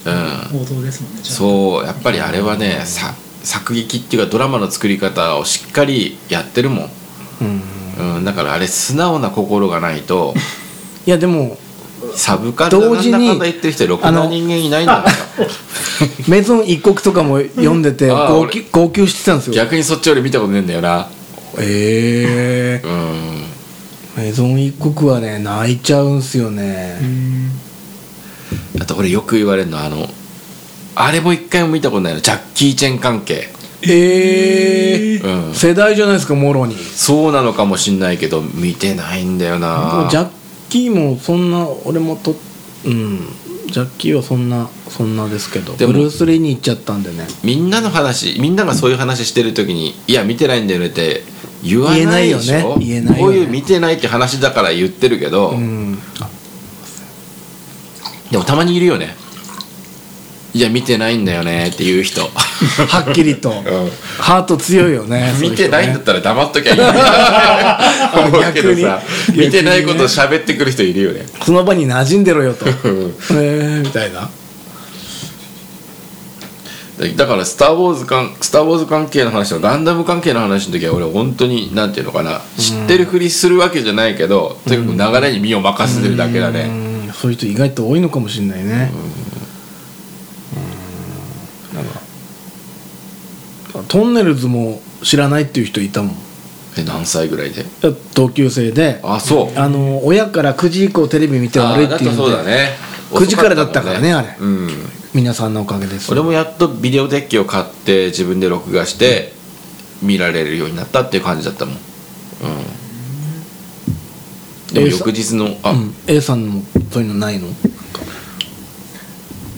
[SPEAKER 1] うん
[SPEAKER 3] 王道ですもんねじゃあ
[SPEAKER 1] そうやっぱりあれはねさ作劇っていうかドラマの作り方をしっかりやってるもん、
[SPEAKER 2] うん
[SPEAKER 1] うん、だからあれ素直な心がないと
[SPEAKER 2] いやでも
[SPEAKER 1] サブカルだ
[SPEAKER 2] 同
[SPEAKER 1] なん
[SPEAKER 2] 時
[SPEAKER 1] だ
[SPEAKER 2] に
[SPEAKER 1] かんだ言ってる人ろくな人間いないんだから
[SPEAKER 2] メゾン一国とかも読んでて
[SPEAKER 1] うんあー
[SPEAKER 2] 号泣号泣してたんですよ
[SPEAKER 1] 逆にそっちより見たことねえんだよな
[SPEAKER 2] ええ
[SPEAKER 1] うん
[SPEAKER 2] メゾン一国はね泣いちゃうんすよね、
[SPEAKER 1] あと俺よく言われるのはあのあれも一回も見たことないのジャッキー・チェン関係
[SPEAKER 2] ええ
[SPEAKER 1] うん
[SPEAKER 2] 世代じゃないですかもろにジ
[SPEAKER 1] そうなのかもしんないけど見てないんだよな
[SPEAKER 2] ャッキーもそんな俺もとうんジャッキーはそんなそんなですけど
[SPEAKER 1] で
[SPEAKER 2] ブ
[SPEAKER 1] も
[SPEAKER 2] ルース・リーに行っちゃったんでね
[SPEAKER 1] みんなの話みんながそういう話してる時に「いや見てないんだよね」って言わ
[SPEAKER 2] 言え
[SPEAKER 1] な
[SPEAKER 2] ないい
[SPEAKER 1] で
[SPEAKER 2] よ
[SPEAKER 1] し
[SPEAKER 2] ね
[SPEAKER 1] ょ
[SPEAKER 2] 言えないよね
[SPEAKER 1] こういう見てないって話だから言ってるけど、
[SPEAKER 2] うん
[SPEAKER 1] でもたまにいるよねいや見てないんだよねっていう人
[SPEAKER 2] はっきりと、ハート強いよねそう
[SPEAKER 1] 見
[SPEAKER 2] う
[SPEAKER 1] て
[SPEAKER 2] 人ね
[SPEAKER 1] ないんだったら黙っときゃいいな 思うけどさ
[SPEAKER 2] 逆に
[SPEAKER 1] 見てないことを喋ってくる人いるよね
[SPEAKER 2] その場に馴染んでろ よとへえみたいな
[SPEAKER 1] だだからスター・ウォーズ関「スター・ウォーズ」関係の話とガンダム関係の話の時は俺本当になんていうのかな知ってるふりするわけじゃないけど、とにかく流れに身を任せてるだけだ
[SPEAKER 2] う
[SPEAKER 1] ね、
[SPEAKER 2] んそういう人意外と多いのかもしれないねうんトンネルズも知らないっていう人いたもん
[SPEAKER 1] え何歳ぐらいで
[SPEAKER 2] 同級生であ
[SPEAKER 1] あそう
[SPEAKER 2] の親から9時以降テレビ見て
[SPEAKER 1] あ
[SPEAKER 2] 悪い
[SPEAKER 1] ー
[SPEAKER 2] っ
[SPEAKER 1] だ
[SPEAKER 2] て
[SPEAKER 1] と
[SPEAKER 2] いう
[SPEAKER 1] そう
[SPEAKER 2] の
[SPEAKER 1] だ
[SPEAKER 2] で
[SPEAKER 1] ね
[SPEAKER 2] 9時からだったからね
[SPEAKER 1] 遅ったもんねうん
[SPEAKER 2] 皆さんのおかげです
[SPEAKER 1] 俺もやっとビデオデッキを買って自分で録画して見られるようになったっていう感じだったもん、うん、でも翌日のあ、
[SPEAKER 2] うん A さんもそういうのないの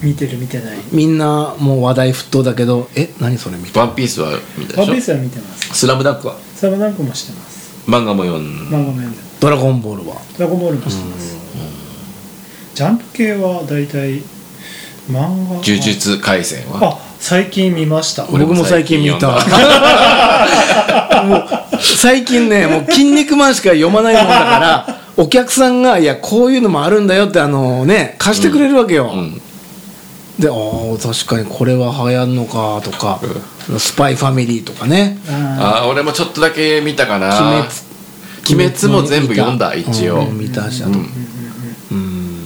[SPEAKER 3] 見てる見てない
[SPEAKER 2] みんなもう話題沸騰だけどえ何それみたい
[SPEAKER 1] ワンピースは見た
[SPEAKER 3] ワンピ
[SPEAKER 1] で
[SPEAKER 3] ー
[SPEAKER 1] し
[SPEAKER 3] スは見てます
[SPEAKER 1] ょスラムダンクは
[SPEAKER 3] それも何個もしてます
[SPEAKER 1] 漫画も読ん
[SPEAKER 3] 漫画も読んでます
[SPEAKER 2] なドラゴンボールは
[SPEAKER 3] ドラゴンボールもしてますジャンプ系は大体漫画
[SPEAKER 1] 呪術廻戦は
[SPEAKER 3] あ最近見ました
[SPEAKER 1] 俺
[SPEAKER 2] 僕も
[SPEAKER 1] も最
[SPEAKER 2] 最近
[SPEAKER 1] 近
[SPEAKER 2] 見たもう最近ねもう「筋肉マン」しか読まないもんだからお客さんが「いやこういうのもあるんだよ」ってあのね貸してくれるわけよ、
[SPEAKER 1] うん
[SPEAKER 2] であー確かにこれは流行んのかとか「スパイファミリー」とかね
[SPEAKER 3] あ
[SPEAKER 1] あー俺もちょっとだけ見たか
[SPEAKER 2] 「
[SPEAKER 1] な
[SPEAKER 2] 鬼
[SPEAKER 1] 鬼滅も全部読んだ
[SPEAKER 2] 見た
[SPEAKER 1] 一応
[SPEAKER 2] うん見たしあ
[SPEAKER 1] う
[SPEAKER 2] と、
[SPEAKER 1] ん
[SPEAKER 2] うん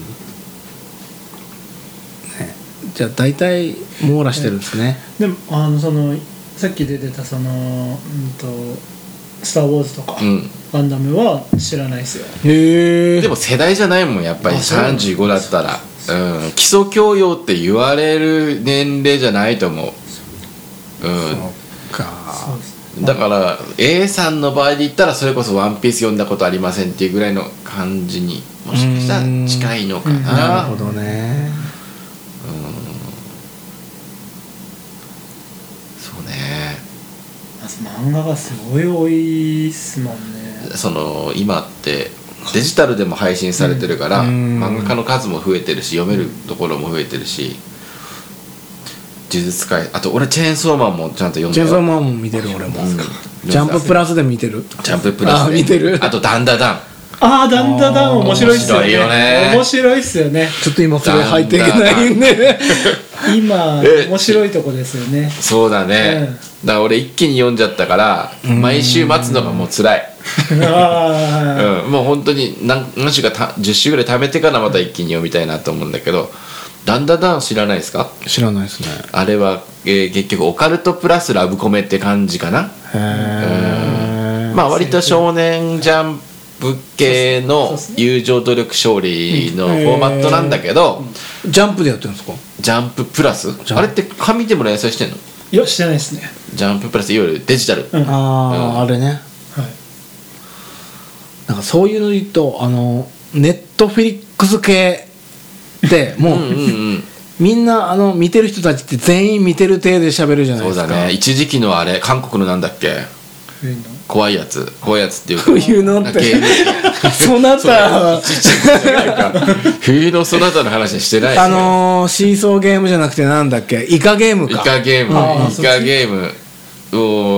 [SPEAKER 2] ね、じゃあ大体網羅してるんですね、
[SPEAKER 3] ーでもあのそのさっき出てたそのうんと「スター・ウォーズ」とか、
[SPEAKER 1] うん
[SPEAKER 3] ガンダムは知らないですよ
[SPEAKER 2] へえ
[SPEAKER 1] でも世代じゃないもんやっぱり
[SPEAKER 3] あそうなんだ
[SPEAKER 1] 35だったら、うん、基礎教養って言われる年齢じゃないと思う、
[SPEAKER 2] か
[SPEAKER 3] そうです
[SPEAKER 1] うん、だから A さんの場合で言ったらそれこそ「ワンピース読んだことありませんっていうぐらいの感じにもしかしたら近いのか
[SPEAKER 3] うん
[SPEAKER 2] なる
[SPEAKER 1] な
[SPEAKER 2] ほどね
[SPEAKER 1] そうね
[SPEAKER 3] まず漫画がすごい多いっすもんね
[SPEAKER 1] その今ってデジタルでも配信されてるから、
[SPEAKER 2] うん
[SPEAKER 1] 漫画家の数も増えてるし読めるところも増えてるし呪術界あと俺チェーンソーマンもちゃんと読ん
[SPEAKER 2] チ
[SPEAKER 1] だ
[SPEAKER 2] ェ
[SPEAKER 1] よ
[SPEAKER 2] ンソーマンも見てる俺も、
[SPEAKER 1] うん
[SPEAKER 2] ジャンププラスで見てる
[SPEAKER 1] ジャンププラス
[SPEAKER 2] あ
[SPEAKER 1] で
[SPEAKER 2] 見てる
[SPEAKER 1] あとダンダダン
[SPEAKER 3] ああだんだんだん面白いっすよ
[SPEAKER 1] 面白
[SPEAKER 3] ね
[SPEAKER 1] いよね
[SPEAKER 3] 面白いっすよね
[SPEAKER 2] ちょっと今それ入っていけないんで
[SPEAKER 3] 今
[SPEAKER 1] え
[SPEAKER 3] 面白いとこですよ ね
[SPEAKER 1] そうだね、
[SPEAKER 3] うん
[SPEAKER 1] だから俺一気に読んじゃったから毎週待つのがもう辛い
[SPEAKER 3] あ
[SPEAKER 1] うん、もう本当に何何週かた10週ぐらい貯めてからまた一気に読みたいなと思うんだけどダンダダン知らないですか
[SPEAKER 2] 知らないですね
[SPEAKER 1] あれは、えー結局オカルトプラスラブコメって感じかな
[SPEAKER 2] へえ
[SPEAKER 1] まあ割と少年ジャンプ系
[SPEAKER 3] そう
[SPEAKER 1] の
[SPEAKER 3] っすね
[SPEAKER 1] 友情努力勝利のフォーマットなんだけど、
[SPEAKER 2] ジャンプでやってるんですか
[SPEAKER 1] ジャンププラス
[SPEAKER 2] ジャン
[SPEAKER 1] あれって紙でも連載してんの
[SPEAKER 3] あいやしてないっすね
[SPEAKER 1] ジャンププラスいわゆるデジタル、
[SPEAKER 3] うん
[SPEAKER 2] あああれね
[SPEAKER 3] はい
[SPEAKER 2] なんかそういうので言うとあのネットフィリックス系で も
[SPEAKER 1] う
[SPEAKER 2] う
[SPEAKER 1] んうんうん
[SPEAKER 2] みんなあの見てる人たちって全員見てる体で喋るじゃない
[SPEAKER 1] そ
[SPEAKER 2] で
[SPEAKER 1] う
[SPEAKER 2] すか
[SPEAKER 1] だね一時期のあれ韓国のなんだっけ
[SPEAKER 3] 冬の
[SPEAKER 1] 怖いやつ怖いやつっていう か
[SPEAKER 2] こういうのって
[SPEAKER 1] 芸人
[SPEAKER 2] そなた
[SPEAKER 1] 冬のそなたの話してないし
[SPEAKER 2] あのー、シーソーゲームじゃなくてなんだっけイカゲーム
[SPEAKER 1] イ
[SPEAKER 2] か
[SPEAKER 1] カゲーム
[SPEAKER 3] あー
[SPEAKER 1] イカゲーム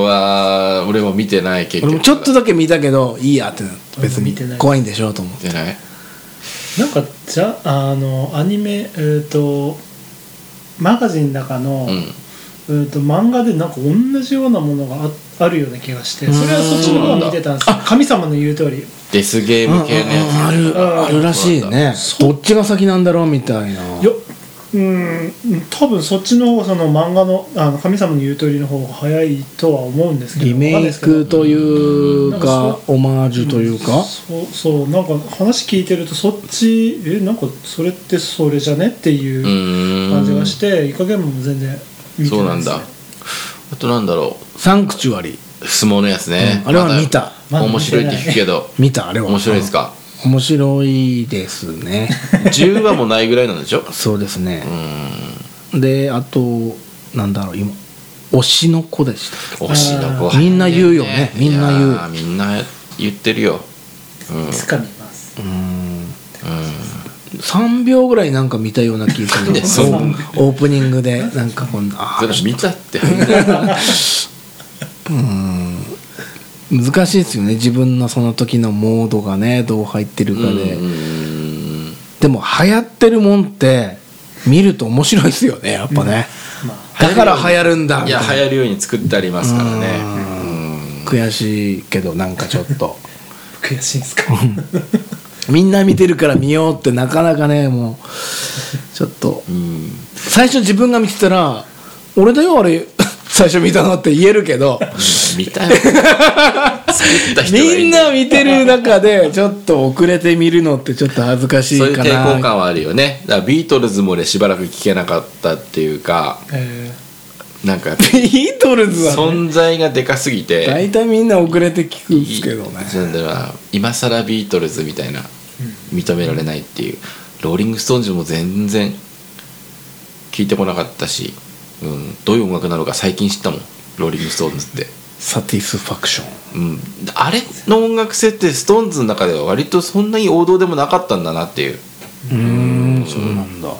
[SPEAKER 1] は俺も見てない結
[SPEAKER 2] 俺
[SPEAKER 1] 局
[SPEAKER 2] もちょっとだけ見たけどいいやってなって別
[SPEAKER 3] 俺も
[SPEAKER 2] に
[SPEAKER 3] 見てない
[SPEAKER 2] 怖いんでしょうと思って
[SPEAKER 1] 見てない
[SPEAKER 3] なんかじゃあのアニメえっ、とマガジンの中の、
[SPEAKER 1] うん
[SPEAKER 3] えー、と漫画でなんか同じようなものがああるような気がしてそれはそっちの方が見てたんですよ神様の言う通り
[SPEAKER 1] デスゲーム系のや
[SPEAKER 2] あ
[SPEAKER 1] つ
[SPEAKER 2] るあるらしいねどっちが先なんだろうみたいな
[SPEAKER 3] ようーん多分そっちの方がその漫画のあの神様の言う通りの方が早いとは思うんですけど
[SPEAKER 2] リメイクという
[SPEAKER 3] なん
[SPEAKER 2] か
[SPEAKER 3] か
[SPEAKER 2] オマージュというか
[SPEAKER 3] そうそうなんか話聞いてるとそっちえなんかそれってそれじゃねっていうう
[SPEAKER 1] ーん
[SPEAKER 3] 感じがしてイカゲームも全然見て
[SPEAKER 1] そうない
[SPEAKER 3] なで
[SPEAKER 1] ん
[SPEAKER 3] すね
[SPEAKER 1] だあとなんだろ
[SPEAKER 2] サンクチュアリ
[SPEAKER 1] う相撲のやつね、
[SPEAKER 2] うんあれは見た
[SPEAKER 1] まだ
[SPEAKER 3] まだ見て
[SPEAKER 1] 面白
[SPEAKER 3] ない
[SPEAKER 1] いって聞くけど
[SPEAKER 2] 見たあれは
[SPEAKER 1] 面白いです か
[SPEAKER 2] 面白いですね
[SPEAKER 1] 10話もないぐらいなんでしょ
[SPEAKER 2] そうですね
[SPEAKER 1] うーん
[SPEAKER 2] であとなんだろう今推しの子でした
[SPEAKER 1] 推しの子は
[SPEAKER 2] みんな言うよねみんな言う
[SPEAKER 1] いやーみんな言ってるようん
[SPEAKER 3] いつか見ます
[SPEAKER 2] うーん3秒ぐらいなんか見たような気がする
[SPEAKER 1] でそ
[SPEAKER 2] オープオープニングでなんかこんなあ
[SPEAKER 1] それ見たって
[SPEAKER 2] 難しいですよね自分のその時のモードが ねどう入ってるかで、
[SPEAKER 1] うん
[SPEAKER 2] でも流行ってるもんって見ると面白いですよねやっぱね、
[SPEAKER 3] まあ
[SPEAKER 2] だから流行るんだ
[SPEAKER 1] いや
[SPEAKER 2] みたいな
[SPEAKER 1] 流行るように作ってありますからね
[SPEAKER 2] 悔しいけどなんかちょっと
[SPEAKER 3] 悔しいんすか
[SPEAKER 2] みんな見てるから見ようってなかなかねもうちょっと
[SPEAKER 1] うん
[SPEAKER 2] 最初自分が見てたら俺だよあれ 最初見たのって言えるけど
[SPEAKER 1] 見た よ作った人がいる
[SPEAKER 2] みんな見てる中でちょっと遅れて見るのってちょっと恥ずかしい
[SPEAKER 1] そういう
[SPEAKER 2] か
[SPEAKER 1] 抵
[SPEAKER 2] な
[SPEAKER 1] 抗感はあるよねだからビートルズも俺しばらく聞けなかったっていうか
[SPEAKER 3] え
[SPEAKER 1] なんかやっぱり
[SPEAKER 2] ビートルズは、ね、
[SPEAKER 1] 存在がでかすぎて
[SPEAKER 2] 大体みんな遅れて聞くんですけどね
[SPEAKER 1] なんだろうな今更ビートルズみたいな認められないっていうローリング・ストーンズも全然聞いてこなかったし、うん、どういう音楽なのか最近知ったもんローリング・ストーンズって、
[SPEAKER 2] サティスファクション
[SPEAKER 1] うん、あれの音楽性ってストーンズの中では割とそんなに王道でもなかったんだなっていう
[SPEAKER 2] うーんそうなんだ
[SPEAKER 1] っ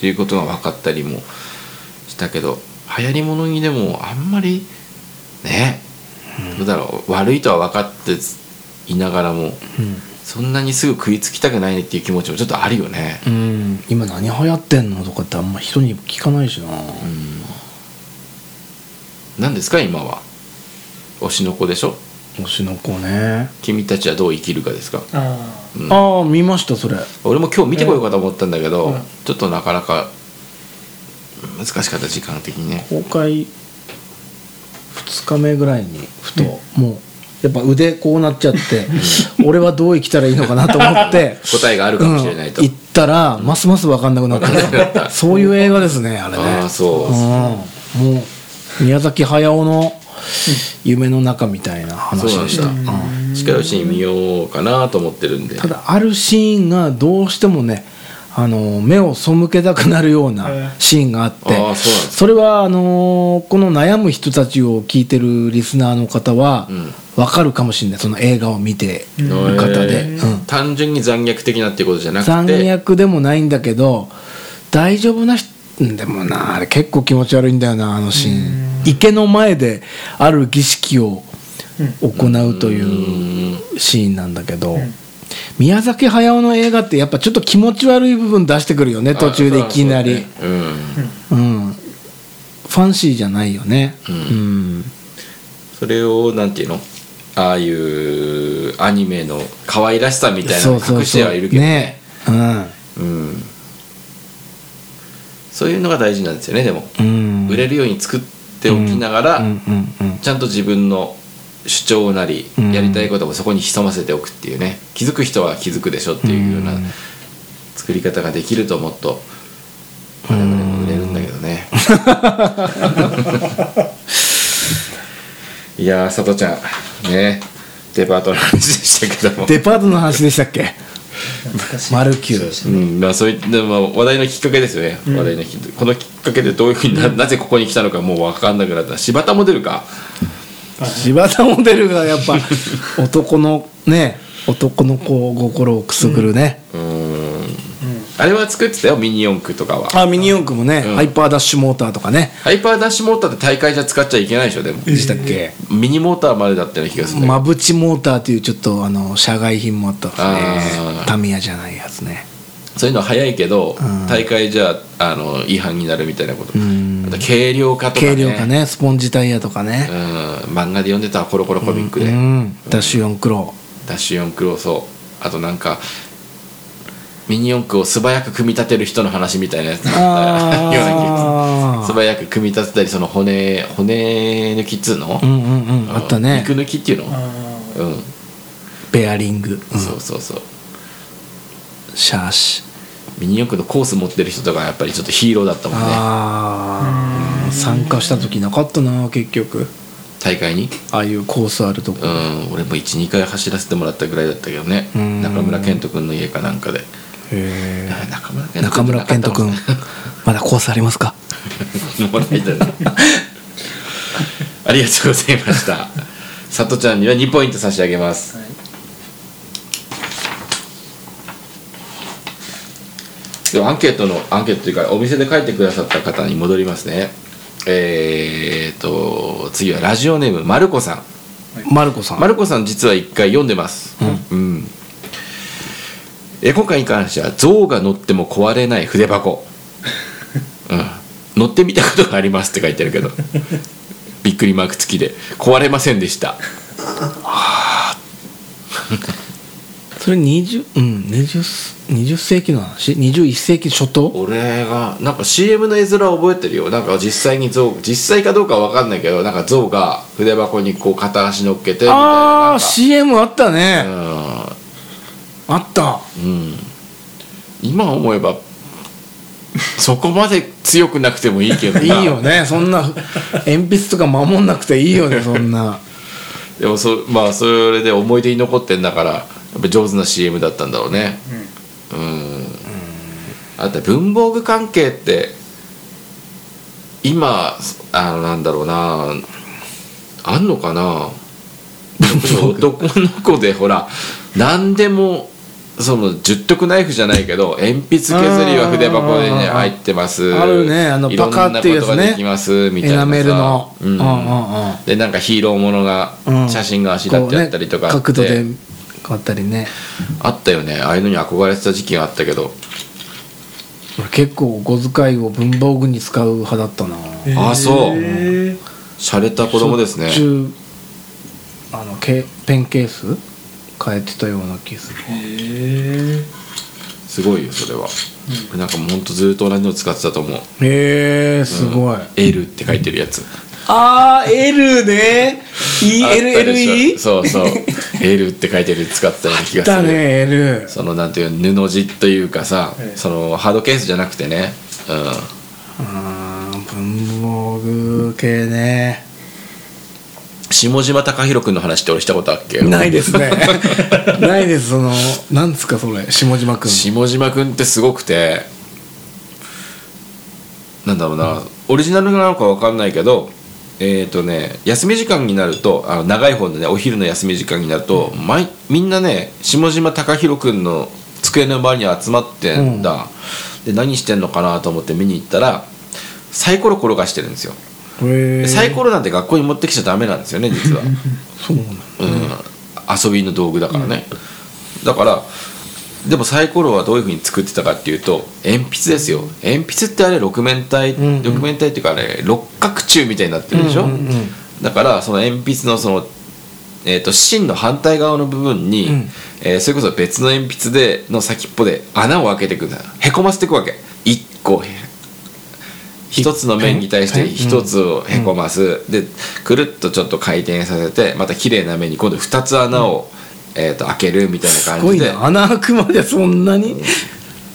[SPEAKER 1] ていうことが分かったりもしたけど流行り物にでもあんまりねどうだろう悪いとは分かっていながらもそんなにすぐ食いつきたくないっていう気持ちもちょっとあるよね。
[SPEAKER 2] うん、今何流行ってんのとかってあんま人に聞かないしな、
[SPEAKER 1] 何ですか今は推しの子でしょ
[SPEAKER 2] 推しの子ね、
[SPEAKER 1] 君たちはどう生きるかですか
[SPEAKER 3] ー、ああ
[SPEAKER 2] ああ見ましたそれ
[SPEAKER 1] 俺も今日見てこようかと思ったんだけど、
[SPEAKER 3] うん
[SPEAKER 1] ちょっとなかなか難しかった時間的にね
[SPEAKER 2] 公開2日目ぐらいにふと、もうやっぱ腕こうなっちゃって俺はどう生きたらいいのかなと思って
[SPEAKER 1] 答え があるかもしれないと、
[SPEAKER 2] うん行ったらますます分かんなくなっ
[SPEAKER 1] わかんなくなった
[SPEAKER 2] たそういう映画ですねあれね
[SPEAKER 1] ああそう
[SPEAKER 2] うんもう宮崎駿の夢の中みたいな話でし
[SPEAKER 1] そ
[SPEAKER 2] た
[SPEAKER 1] うなんだ
[SPEAKER 2] うん
[SPEAKER 1] 近いうちに見ようかなと思ってるんで
[SPEAKER 2] ただあるシーンがどうしてもねあの目を背けたくなるようなシーンがあって、
[SPEAKER 1] あーそうなんですか
[SPEAKER 2] それはあのこの悩む人たちを聞いてるリスナーの方は
[SPEAKER 1] うん
[SPEAKER 2] わかるかもしれないその映画を見てる方で、
[SPEAKER 1] え
[SPEAKER 2] う
[SPEAKER 1] ー
[SPEAKER 2] ん
[SPEAKER 1] 単純に残虐的なっていうことじゃなくて
[SPEAKER 2] 残虐でもないんだけど大丈夫な人でもなあれ結構気持ち悪いんだよなあのシーン池の前である儀式を行うというシーンなんだけど、宮崎駿の映画ってやっぱちょっと気持ち悪い部分出してくるよね
[SPEAKER 1] あ
[SPEAKER 2] 途中でいきなりう,、
[SPEAKER 1] そうだねうん
[SPEAKER 2] んファンシーじゃないよね
[SPEAKER 1] うん
[SPEAKER 2] うん
[SPEAKER 1] それをなんていうのああいうアニメの可愛らしさみたいな
[SPEAKER 2] そ
[SPEAKER 1] の
[SPEAKER 2] うそう
[SPEAKER 1] 隠し
[SPEAKER 2] そ
[SPEAKER 1] て
[SPEAKER 2] う
[SPEAKER 1] はいるけどね
[SPEAKER 2] ね
[SPEAKER 1] うんそういうのが大事なんですよねでも、
[SPEAKER 2] うん
[SPEAKER 1] 売れるように作っておきながら、
[SPEAKER 2] うんうんうん
[SPEAKER 1] ちゃんと自分の主張なり
[SPEAKER 2] うん
[SPEAKER 1] やりたいこともそこに潜ませておくっていうね気づく人は気づくでしょっていうような
[SPEAKER 2] うん
[SPEAKER 1] 作り方ができるともっと我々も売れるんだけどね いやーさとちゃんねデパートの話でしたけども
[SPEAKER 2] デパートの話でしたっ け
[SPEAKER 3] 懐かしい
[SPEAKER 2] マルキュー
[SPEAKER 1] うんまあ、そういった、まあ、話題のきっかけですよね、話題のきっこのきっかけでどういうふうにななぜここに来たのかもう分かんなくなった柴田モデルか
[SPEAKER 2] 柴田モデルがや っぱ男のね男の子心をくすぐるね、
[SPEAKER 1] うーんあれは作ってたよミニ四駆とかは
[SPEAKER 2] あミニ四駆もね、
[SPEAKER 1] うん
[SPEAKER 2] ハイパーダッシュモーターとかね
[SPEAKER 1] ハイパーダッシュモーターって大会じゃ使っちゃいけないでしょでも
[SPEAKER 2] でしたっけ、
[SPEAKER 1] ミニモーターまでだったような気がするんだ
[SPEAKER 2] まぶちモーターというちょっとあの社外品もあったんです
[SPEAKER 1] あ
[SPEAKER 2] ね
[SPEAKER 1] ー
[SPEAKER 2] タミヤじゃないやつね
[SPEAKER 1] けどそういうのは早いけど、
[SPEAKER 2] ん
[SPEAKER 1] 大会じゃあの違反になるみたいなこと、
[SPEAKER 2] ん
[SPEAKER 1] あと軽量化とかね
[SPEAKER 2] 軽量化ねスポンジタイヤとか
[SPEAKER 1] うん
[SPEAKER 2] ね、
[SPEAKER 1] 漫画で読んでたコロコロコミック
[SPEAKER 2] う
[SPEAKER 1] で、
[SPEAKER 2] ん、ダッシュ四クロ
[SPEAKER 1] ダッシュ四駆をそうあとなんかミニ四駆を素早く組み立てる人の話みたいなやつだった ような気がする素
[SPEAKER 2] あ
[SPEAKER 1] 早く組み立てたりその骨骨抜きっつうの、
[SPEAKER 2] あうんうんうんあったね
[SPEAKER 1] 肉抜きっていうの
[SPEAKER 3] あ
[SPEAKER 1] うん、
[SPEAKER 2] ベアリング、うん
[SPEAKER 1] そうそうそう
[SPEAKER 2] シャーシ
[SPEAKER 1] ミニ四駆のコース持ってる人とかやっぱりちょっとヒーローだったもんね
[SPEAKER 2] ああ参加した時なかったな結局
[SPEAKER 1] 大会に
[SPEAKER 2] ああいうコースあるとこ
[SPEAKER 1] うん俺も12回走らせてもらったぐらいだったけどね
[SPEAKER 2] うん
[SPEAKER 1] 中村健人君の家かなんかで
[SPEAKER 2] へ
[SPEAKER 1] あ中村
[SPEAKER 2] え
[SPEAKER 1] 健人
[SPEAKER 2] 中村健人君 まだコースありますか
[SPEAKER 1] もらえたね ありがとうございましたさとちゃんには2ポイント差し上げます
[SPEAKER 3] ーはい
[SPEAKER 1] ではアンケートのアンケートというかお店で書いてくださった方に戻りますねえー、と次はラジオネームまるこさん
[SPEAKER 2] マルコさん
[SPEAKER 1] まるこさん実は一回読んでます、うんえー今回に関しては象が乗っても壊れない筆 箱、うん、乗ってみたことがありますって書いてあるけどびっくりマーク付きで壊れませんでした
[SPEAKER 2] それ20うん20す20世紀の話21世紀初頭
[SPEAKER 1] 俺がなんか CM の絵面を覚えてるよなんか実際に象実際かどうかは分かんないけどなんか象が筆箱にこう片足乗っけてみたいな
[SPEAKER 2] あ
[SPEAKER 1] なんか
[SPEAKER 2] あ CM あったね、あった
[SPEAKER 1] うん今思えばそこまで強くなくてもいいけど
[SPEAKER 2] いい
[SPEAKER 1] な
[SPEAKER 2] よねそんな鉛筆とか守んなくていいよねそんな
[SPEAKER 1] でもそまあそれで思い出に残ってんだからやっぱ上手な CM だったんだろうねうんあと文房具関係って今あのなんだろうなあんのかなどこの子でほら何でもその十徳ナイフじゃないけど鉛筆削りは筆箱にね
[SPEAKER 2] あー
[SPEAKER 1] 入ってます
[SPEAKER 2] あるねあの
[SPEAKER 1] いろんな
[SPEAKER 2] パカっていうやつ
[SPEAKER 1] こ
[SPEAKER 2] ね
[SPEAKER 1] とができます みたいな
[SPEAKER 2] エ
[SPEAKER 1] さ
[SPEAKER 2] ナメルの
[SPEAKER 1] うん
[SPEAKER 2] うんうんうん
[SPEAKER 1] でなんかヒーローものが
[SPEAKER 2] うん
[SPEAKER 1] 写真があしらってあったりとかあ
[SPEAKER 2] こ
[SPEAKER 1] って、
[SPEAKER 2] うね角度で変わったりね
[SPEAKER 1] あったよねああいうのに憧れてた時期があったけど、
[SPEAKER 2] 俺結構お小遣いを文房具に使う派だったな
[SPEAKER 3] え
[SPEAKER 1] あそう
[SPEAKER 3] え
[SPEAKER 1] 洒落た子供ですね
[SPEAKER 2] しょっちゅうあのケペンケース変えてたような気する
[SPEAKER 3] え
[SPEAKER 1] すごいよそれは、俺なんかもうほんとずっと同じの使ってたと思う
[SPEAKER 2] へえすごい、
[SPEAKER 1] 「L」って書いてるやつ
[SPEAKER 2] あー L ね
[SPEAKER 1] あったでしょ
[SPEAKER 2] ELLE
[SPEAKER 1] そうそう「L」って書いてる使ってたような気がする
[SPEAKER 2] だね L
[SPEAKER 1] そのなんていうの布地というかさ、
[SPEAKER 3] ええ
[SPEAKER 1] そのハードケースじゃなくてねうん
[SPEAKER 2] あー文房具系ね
[SPEAKER 1] 下島貴弘君の話って俺したことあっけ
[SPEAKER 2] ないです ねないですそのなんですかそれ下島くん
[SPEAKER 1] 下島君ってすごくてなんだろうな、オリジナルなのかわかんないけどえっ、とね休み時間になるとあの長い方のねお昼の休み時間になると、毎みんなね下島貴弘君の机の周りに集まってんだ、で何してんのかなと思って見に行ったらサイコロ転がしてるんですよ、
[SPEAKER 2] へ
[SPEAKER 1] で
[SPEAKER 2] え
[SPEAKER 1] サイコロなんて学校に持ってきちゃダメなんですよね実は。
[SPEAKER 2] そうなの
[SPEAKER 1] うん、遊びの道具だからね、だからでもサイコロはどういうふうに作ってたかっていうと鉛筆ですよ鉛筆ってあれ六面体、
[SPEAKER 2] んうん
[SPEAKER 1] 六面体っていうかあれ六角柱みたいになってるでしょ、
[SPEAKER 2] うんうんうん
[SPEAKER 1] だからその鉛筆のそのえー、と芯の反対側の部分に、
[SPEAKER 2] うん
[SPEAKER 1] えーそれこそ別の鉛筆での先っぽで穴を開けていくんだへこませていくわけ1個へ一つの面に対して
[SPEAKER 2] 一辺
[SPEAKER 1] 一つをへこます、でくるっとちょっと回転させてまた綺麗な面に今度2つ穴を、えー、と開けるみたいな
[SPEAKER 2] す
[SPEAKER 1] 感
[SPEAKER 2] ごい
[SPEAKER 1] じで
[SPEAKER 2] な穴開くまでそんなに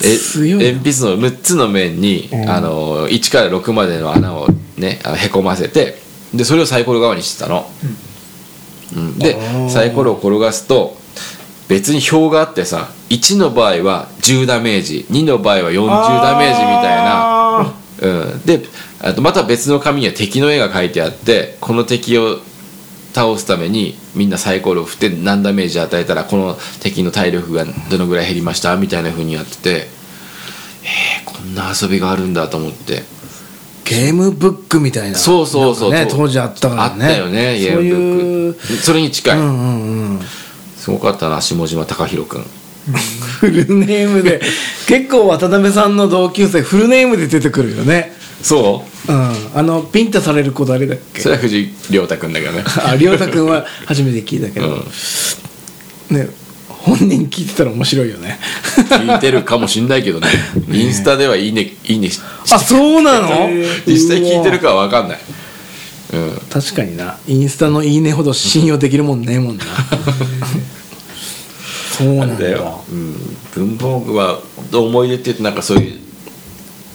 [SPEAKER 1] え
[SPEAKER 2] 強いな
[SPEAKER 1] 鉛筆の6つの面に、
[SPEAKER 2] うん
[SPEAKER 1] あの1から6までの穴をねあのへこませてでそれをサイコロ側にしてたの、うん、で
[SPEAKER 2] あー
[SPEAKER 1] サイコロを転がすと別に表があってさ1の場合は10ダメージ2の場合は40ダメージみたいな
[SPEAKER 2] あ
[SPEAKER 1] うん、であとまた別の紙には敵の絵が書いてあってこの敵を倒すためにみんなサイコロを振って何ダメージ与えたらこの敵の体力がどのぐらい減りましたみたいな風にやっててえーこんな遊びがあるんだと思って
[SPEAKER 2] ーゲームブックみたいな
[SPEAKER 1] そうそうそう
[SPEAKER 2] なんかね当時あったからね
[SPEAKER 1] あったよねゲー
[SPEAKER 2] そ
[SPEAKER 1] ム
[SPEAKER 2] う
[SPEAKER 1] ブ
[SPEAKER 2] い
[SPEAKER 1] ッ
[SPEAKER 2] う
[SPEAKER 1] クそれに近い、
[SPEAKER 2] うんうんうん
[SPEAKER 1] すごかったな下島貴弘君
[SPEAKER 2] フルネームで結構渡辺さんの同級生フルネームで出てくるよね
[SPEAKER 1] そう
[SPEAKER 2] うんあのピンタされる子誰だっ け
[SPEAKER 1] それは藤井亮太君だけどね
[SPEAKER 2] あ亮太君は初めて聞いたけ
[SPEAKER 1] う
[SPEAKER 2] ど、
[SPEAKER 1] ん、
[SPEAKER 2] ね本人聞いてたら面白いよね
[SPEAKER 1] 聞いてるかもしんないけ どねインスタではいいねいいねし
[SPEAKER 2] あそうなの
[SPEAKER 1] 実際聞いてるかは分かんないうん
[SPEAKER 2] 確かになインスタの「いいね」ほど信用できるもんね えもんなそうなんだ
[SPEAKER 1] だよ、うん、文房具は思い出って言うとなんかそういう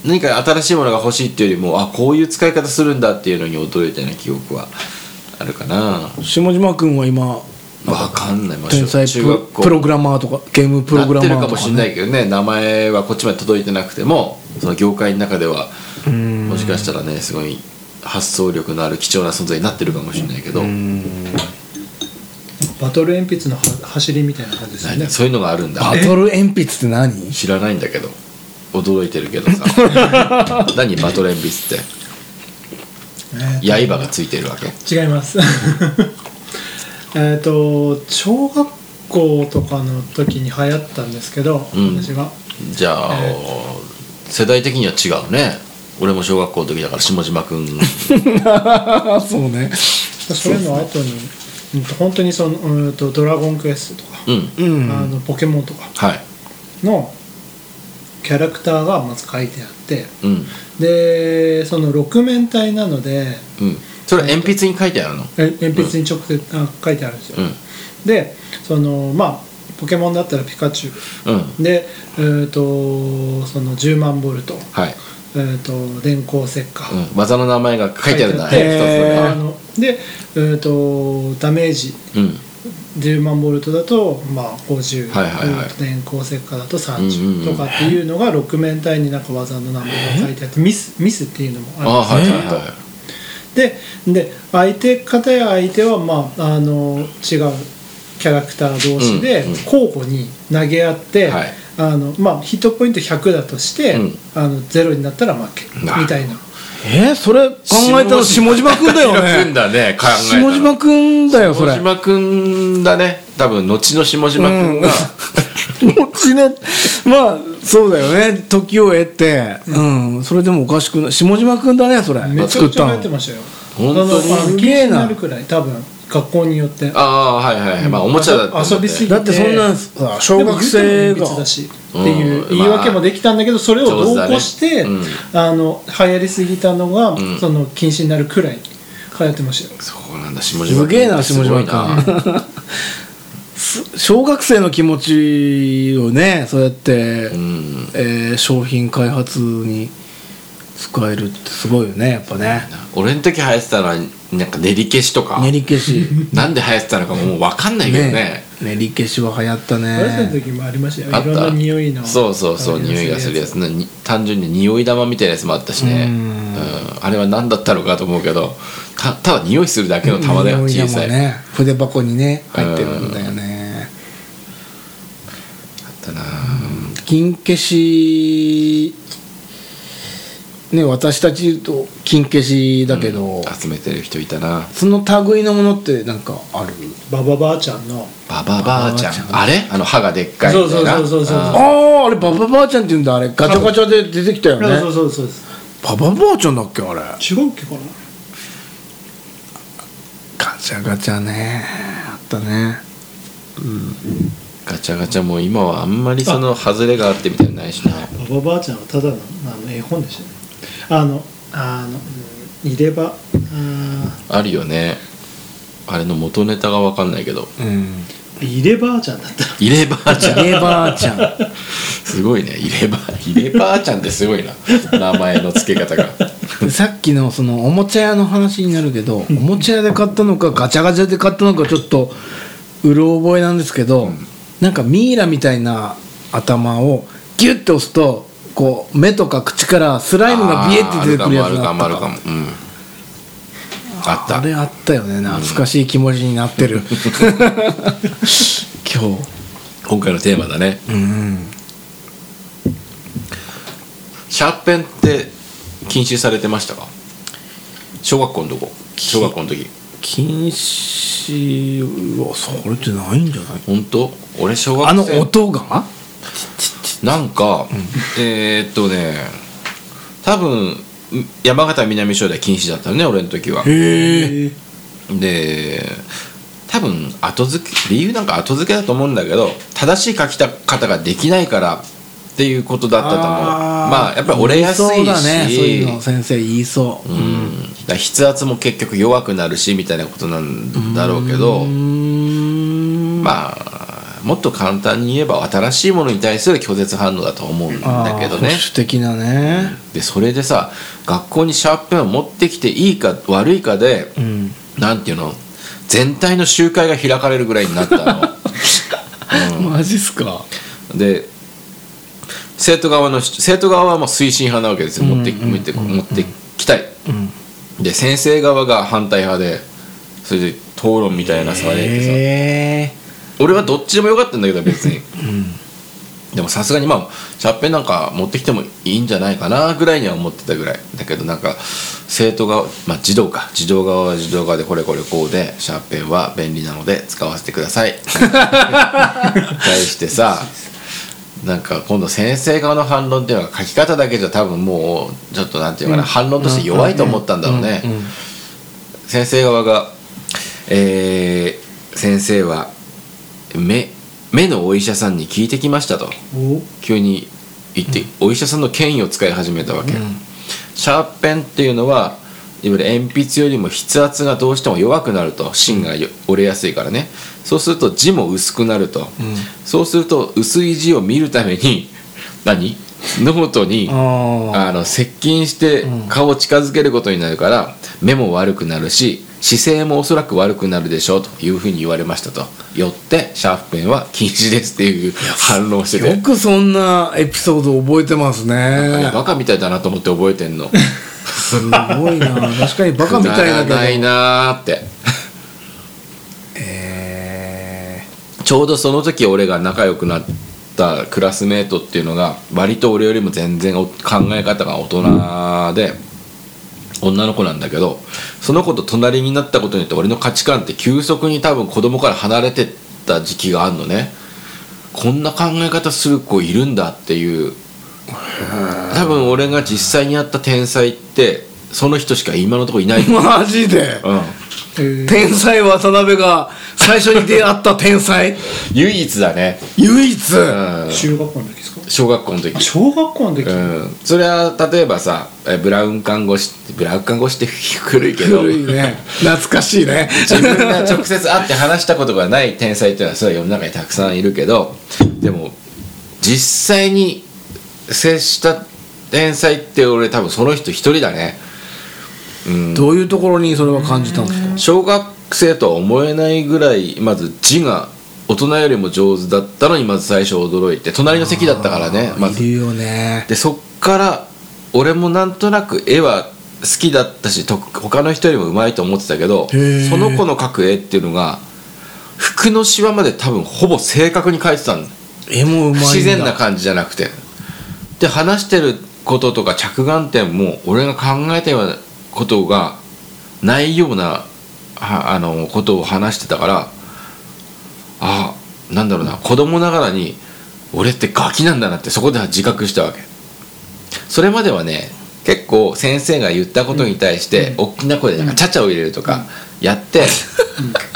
[SPEAKER 1] 何か新しいものが欲しいっていうよりもあこういう使い方するんだっていうのに驚いたような記憶はあるかな
[SPEAKER 2] 下島君は今
[SPEAKER 1] わかんないまあ
[SPEAKER 2] 天才
[SPEAKER 1] 中
[SPEAKER 2] プ
[SPEAKER 1] 学校
[SPEAKER 2] プログラマーとかゲームプログラマーと
[SPEAKER 1] な
[SPEAKER 2] か、
[SPEAKER 1] ってるかもしれないけどね名前はこっちまで届いてなくてもその業界の中では
[SPEAKER 2] ん
[SPEAKER 1] もしかしたらねすごい発想力のある貴重な存在になってるかもしれないけど、
[SPEAKER 3] バトル鉛筆のは走りみたいな感じですよ
[SPEAKER 1] 何
[SPEAKER 3] ね
[SPEAKER 1] そういうのがあるんだ
[SPEAKER 2] バトル鉛筆って何
[SPEAKER 1] 知らないんだけど驚いてるけどさ 何バトレンビスって
[SPEAKER 3] え
[SPEAKER 1] 刃がついてるわけ
[SPEAKER 3] 違います えっと小学校とかの時に流行ったんですけど、
[SPEAKER 1] うん
[SPEAKER 3] 私が
[SPEAKER 1] じゃあ、
[SPEAKER 3] え
[SPEAKER 1] 世代的には違うね俺も小学校の時だから下島 君
[SPEAKER 2] あそうね
[SPEAKER 3] それの後にうんと本当にそのうーんと「ドラゴンクエスト」とか、
[SPEAKER 1] うん
[SPEAKER 2] うん
[SPEAKER 3] あのポケモンとか
[SPEAKER 1] はい
[SPEAKER 3] のキャラクターがまず書いてあって
[SPEAKER 1] うん
[SPEAKER 3] でその六面体なので
[SPEAKER 1] うんそれ鉛筆に書いてあるの
[SPEAKER 3] え鉛筆に直接、あ書いてあるんですよ、
[SPEAKER 1] う
[SPEAKER 3] でそのまあポケモンだったらピカチュ
[SPEAKER 1] んうん
[SPEAKER 3] ウでえーとその10万ボルト,、
[SPEAKER 1] はい、
[SPEAKER 3] えー、と電光石火、
[SPEAKER 1] うん、技の名前が書いてあるんだ
[SPEAKER 3] 書い
[SPEAKER 2] てあって
[SPEAKER 1] ね
[SPEAKER 3] あ
[SPEAKER 1] 二つのね
[SPEAKER 3] ので、えー、とダメージ
[SPEAKER 1] うん
[SPEAKER 3] 10万ボルトだと、まあ、50、
[SPEAKER 1] はいはいはい
[SPEAKER 3] えーと電光石火だと
[SPEAKER 1] うんうん
[SPEAKER 3] 30
[SPEAKER 1] うん
[SPEAKER 3] とかっていうのが6面体になんか技の名前が書いてあってミスミスっていうのも
[SPEAKER 1] あ
[SPEAKER 3] あるん
[SPEAKER 1] はい
[SPEAKER 3] で
[SPEAKER 1] は
[SPEAKER 3] すよ
[SPEAKER 1] いはい
[SPEAKER 3] でで相手方や相手は、まあ、あの違うキャラクター同士で
[SPEAKER 1] うんうん
[SPEAKER 3] 交互に投げ合って、
[SPEAKER 1] はい
[SPEAKER 3] あのまあ、ヒットポイント100だとして、
[SPEAKER 1] うん
[SPEAKER 3] あのゼロになったら負け
[SPEAKER 1] な
[SPEAKER 3] みたいな
[SPEAKER 2] えー、それ考えたの下島君だよ
[SPEAKER 1] 下島
[SPEAKER 2] ね
[SPEAKER 1] だね考えたら
[SPEAKER 2] 下島君だよそれ
[SPEAKER 1] 下島君だね多分後の下島君が、
[SPEAKER 2] もちねまあそうだよね時を得てうん、それでもおかしくない下島君だねそれ
[SPEAKER 3] めちゃ
[SPEAKER 2] 作
[SPEAKER 3] く
[SPEAKER 2] っ
[SPEAKER 3] ちゃ
[SPEAKER 2] た
[SPEAKER 3] 流行っ
[SPEAKER 2] の
[SPEAKER 3] てましたよ
[SPEAKER 1] 本当に
[SPEAKER 3] あのあの
[SPEAKER 2] すげえな
[SPEAKER 3] 禁止になるくらい多分学校によって
[SPEAKER 1] ああはいはいはいまあおもちゃだったん
[SPEAKER 3] 遊びすぎ
[SPEAKER 2] だってそんなんさ小学生
[SPEAKER 3] でも言うてもいび
[SPEAKER 2] が
[SPEAKER 3] つだしっていう
[SPEAKER 1] うん
[SPEAKER 3] 言い訳もできたんだけどそれを同行して、
[SPEAKER 1] 上手だね
[SPEAKER 3] あの流行りすぎたのが、
[SPEAKER 1] ん
[SPEAKER 3] その禁止になるくらい流行ってましたよ
[SPEAKER 1] そうなんだ下島君
[SPEAKER 2] すげえな
[SPEAKER 1] す
[SPEAKER 2] 下
[SPEAKER 1] ご
[SPEAKER 2] 島
[SPEAKER 1] いな
[SPEAKER 2] 君す小学生の気持ちをねそうやって、
[SPEAKER 1] うん
[SPEAKER 2] えー商品開発に使えるってすごいよねやっぱね
[SPEAKER 1] 俺の時流行ってたのはなんか練り消しとか
[SPEAKER 2] 練り消し
[SPEAKER 1] なんで流行ってたのかもう分かんないけどね
[SPEAKER 2] 練り消しは流行った
[SPEAKER 3] 大学の
[SPEAKER 2] ね
[SPEAKER 3] 時もありましたよい
[SPEAKER 1] あった
[SPEAKER 3] ろんな匂いの
[SPEAKER 1] そうそうそう匂いがするやつねに単純に匂い玉みたいなやつもあったしねう
[SPEAKER 2] う
[SPEAKER 1] んんあれは何だったのかと思うけどたただ匂いするだけの玉だよ
[SPEAKER 2] 匂いが
[SPEAKER 1] 小
[SPEAKER 2] も
[SPEAKER 1] さ
[SPEAKER 2] う
[SPEAKER 1] い、
[SPEAKER 2] ね筆箱にね入ってるんだよね
[SPEAKER 1] あったな
[SPEAKER 2] 金消しね私たちと金消しだけど、
[SPEAKER 1] 集めてる人いたな
[SPEAKER 2] その類のものってなんかある
[SPEAKER 3] ババばあちゃんの
[SPEAKER 1] バババアちゃん
[SPEAKER 2] ババ
[SPEAKER 1] あれあの歯がでっかいみたいな
[SPEAKER 3] そうそうそうそうそう
[SPEAKER 1] あ
[SPEAKER 2] あああれババばあちゃんって言うんだあれガチャガチャで出てきたよ
[SPEAKER 3] そう
[SPEAKER 2] ね
[SPEAKER 3] そうそう
[SPEAKER 2] ババばあちゃんだっけあれ
[SPEAKER 3] そう違うっけかな
[SPEAKER 2] ガチャガチャねあったね
[SPEAKER 1] ガチャガチャも今はあんまりその外れがあってみたいなのないしな
[SPEAKER 3] ババばあちゃんはただのあの絵本でしたねあのあのうん入れ歯あー
[SPEAKER 1] あるよねあれの元ネタが分かんないけど
[SPEAKER 2] うん
[SPEAKER 3] 入ればあちゃんだった
[SPEAKER 1] 入れ歯ちゃん
[SPEAKER 2] レバーちゃん
[SPEAKER 1] すごいね入れ歯入れ歯ちゃんってすごいな名前の付け方が
[SPEAKER 2] でさっきのそのおもちゃ屋の話になるけど、おもちゃ屋で買ったのかガチャガチャで買ったのかちょっとうろ覚えなんですけど、なんかミイラみたいな頭をギュッて押すとこう目とか口からスライムがビエって出てくるやつ
[SPEAKER 1] ある
[SPEAKER 2] が
[SPEAKER 1] か
[SPEAKER 2] あっ
[SPEAKER 1] もあ
[SPEAKER 2] た
[SPEAKER 1] るかも
[SPEAKER 2] か
[SPEAKER 1] あるかもうんあった
[SPEAKER 2] あれあったよね懐かしい気持ちになってる、今日
[SPEAKER 1] 今回のテーマだね
[SPEAKER 2] うん
[SPEAKER 1] シャーペンって禁止されてましたか小学校のとこ小学校の時
[SPEAKER 2] 禁止はされてないんじゃない
[SPEAKER 1] 本当俺小学生
[SPEAKER 2] あの音が
[SPEAKER 1] なんか、えーっとね多分山形南署では禁止だったのね俺の時は
[SPEAKER 2] へえ
[SPEAKER 1] で多分後付け理由なんか後付けだと思うんだけど正しい書き方ができないからっていうことだったと思うまあやっぱり折れやすいし
[SPEAKER 2] そうだねそういうの先生言いそう、
[SPEAKER 1] うんだから筆圧も結局弱くなるしみたいなことなんだろうけど
[SPEAKER 2] ま
[SPEAKER 1] まあもっと簡単に言えば新しいものに対する拒絶反応だと思うんだけどね
[SPEAKER 2] 保守的なね、
[SPEAKER 1] でそれでさ学校にシャーペンを持ってきていいか悪いかで、
[SPEAKER 2] うん、
[SPEAKER 1] なんていうの全体の集会が開かれるぐらいにな ったの。
[SPEAKER 2] マジっすか
[SPEAKER 1] で生徒側の生徒側はもう推進派なわけですよ持って,、持って持ってきたい
[SPEAKER 2] うん
[SPEAKER 1] で先生側が反対派でそれで討論みたいなされてさ、
[SPEAKER 2] へえ
[SPEAKER 1] 俺はどっちでもよかったんだけど別に、でもさすがにまあシャーペンなんか持ってきてもいいんじゃないかなぐらいには思ってたぐらいだけどなんか生徒側まあ児童か児童側は児童側でこれこれこうでシャーペンは便利なので使わせてくださ い対してさなんか今度先生側の反論っていうのは書き方だけじゃ多分もうちょっとなんていうかな、反論として弱いと思ったんだろうね、先生側が、えー先生は目目のお医者さんに聞いてきましたと
[SPEAKER 3] お
[SPEAKER 1] 急に言って、お医者さんの権威を使い始めたわけ、シャーペンっていうのはいわゆる鉛筆よりも筆圧がどうしても弱くなると芯がよ折れやすいからねそうすると字も薄くなると、そうすると薄い字を見るために 何ノートに
[SPEAKER 2] あ
[SPEAKER 1] あの接近して顔を近づけることになるから、目も悪くなるし姿勢もおそらく悪くなるでしょうというふうに言われましたとよってシャープペンは禁止ですっていう反論をして
[SPEAKER 2] あよ
[SPEAKER 1] て
[SPEAKER 2] くそんなエピソード覚えてますね
[SPEAKER 1] バカみたいだなと思って覚えてんの
[SPEAKER 2] すごい な確かにバカみた
[SPEAKER 1] く
[SPEAKER 2] いだけ
[SPEAKER 1] だ
[SPEAKER 2] ど
[SPEAKER 1] らないなーって
[SPEAKER 2] え
[SPEAKER 1] ちょうどその時俺が仲良くなったクラスメートっていうのが割と俺よりも全然お考え方が大人で女の子なんだけどその子と隣になったことによって俺の価値観って急速に多分子供から離れてった時期があるのねこんな考え方する子いるんだっていう多分俺が実際に会った天才ってその人しか今のところい ない、う
[SPEAKER 2] ーマジで
[SPEAKER 1] ん、
[SPEAKER 3] えー
[SPEAKER 2] 天才渡辺が最初に出会った天才
[SPEAKER 1] 唯一だね、
[SPEAKER 2] 唯一
[SPEAKER 1] うん、
[SPEAKER 3] 中学校の時ですか
[SPEAKER 1] 小学校の時
[SPEAKER 3] 小学校の時、
[SPEAKER 1] うん、それは例えばさえブラウン看護師ブラウン看護師って古いけど
[SPEAKER 2] 古いね懐かしいね
[SPEAKER 1] 自分が直接会って話したことがない天才っていうのはそれは世の中にたくさんいるけどでも実際に接した天才って俺多分その人一人だね
[SPEAKER 2] どういうところにそれは感じたんですか
[SPEAKER 1] 小学生とは思えないぐらいまず字が大人よりも上手だったのにまず最初驚いて隣の席だったからねまず
[SPEAKER 2] いるよね
[SPEAKER 1] でそっから俺もなんとなく絵は好きだったしと他の人よりもうまいと思ってたけど
[SPEAKER 2] へー
[SPEAKER 1] その子の描く絵っていうのが服のシワまで多分ほぼ正確に描いてたんだ
[SPEAKER 2] 絵もうま
[SPEAKER 1] 不
[SPEAKER 2] いんだ
[SPEAKER 1] 自然な感じじゃなくてで話してることとか着眼点も俺が考えたようなことがないようなはあのことを話してたからあなんだろうな子供ながらに俺ってガキなんだなってそこで自覚したわけそれまではね結構先生が言ったことに対して大きな声でなんかちゃちゃを入れるとかやって、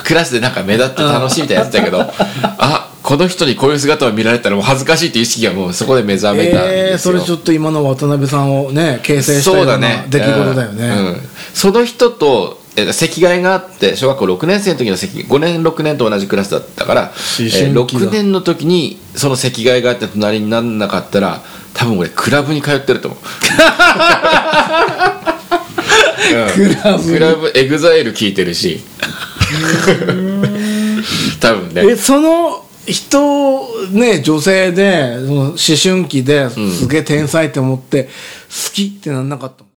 [SPEAKER 1] クラスでなんか目立って楽しいみたいなやつだけ どあこの人にこういう姿を見られたらもう恥ずかしいっていう意識がもうそこで目覚めたん
[SPEAKER 2] えー
[SPEAKER 1] です
[SPEAKER 2] そ
[SPEAKER 1] よ、
[SPEAKER 2] れちょっと今の渡辺さんをね形成した
[SPEAKER 1] そ
[SPEAKER 2] よ
[SPEAKER 1] う
[SPEAKER 2] う
[SPEAKER 1] だ
[SPEAKER 2] な
[SPEAKER 1] ね
[SPEAKER 2] 出来事だよね
[SPEAKER 1] うんうんその人とえー席替えがあって小学校6年生の時の席5年6年と同じクラスだったから、え
[SPEAKER 2] 思春期だ
[SPEAKER 1] ー6年の時にその席替えがあって隣になんなかったら多分俺クラブに通ってると思ううん
[SPEAKER 2] クラブ
[SPEAKER 1] クラブエグザイル聞いてるし 多分ね
[SPEAKER 2] えその人ね女性でその思春期ですげえ天才って思って好きってなんなかったの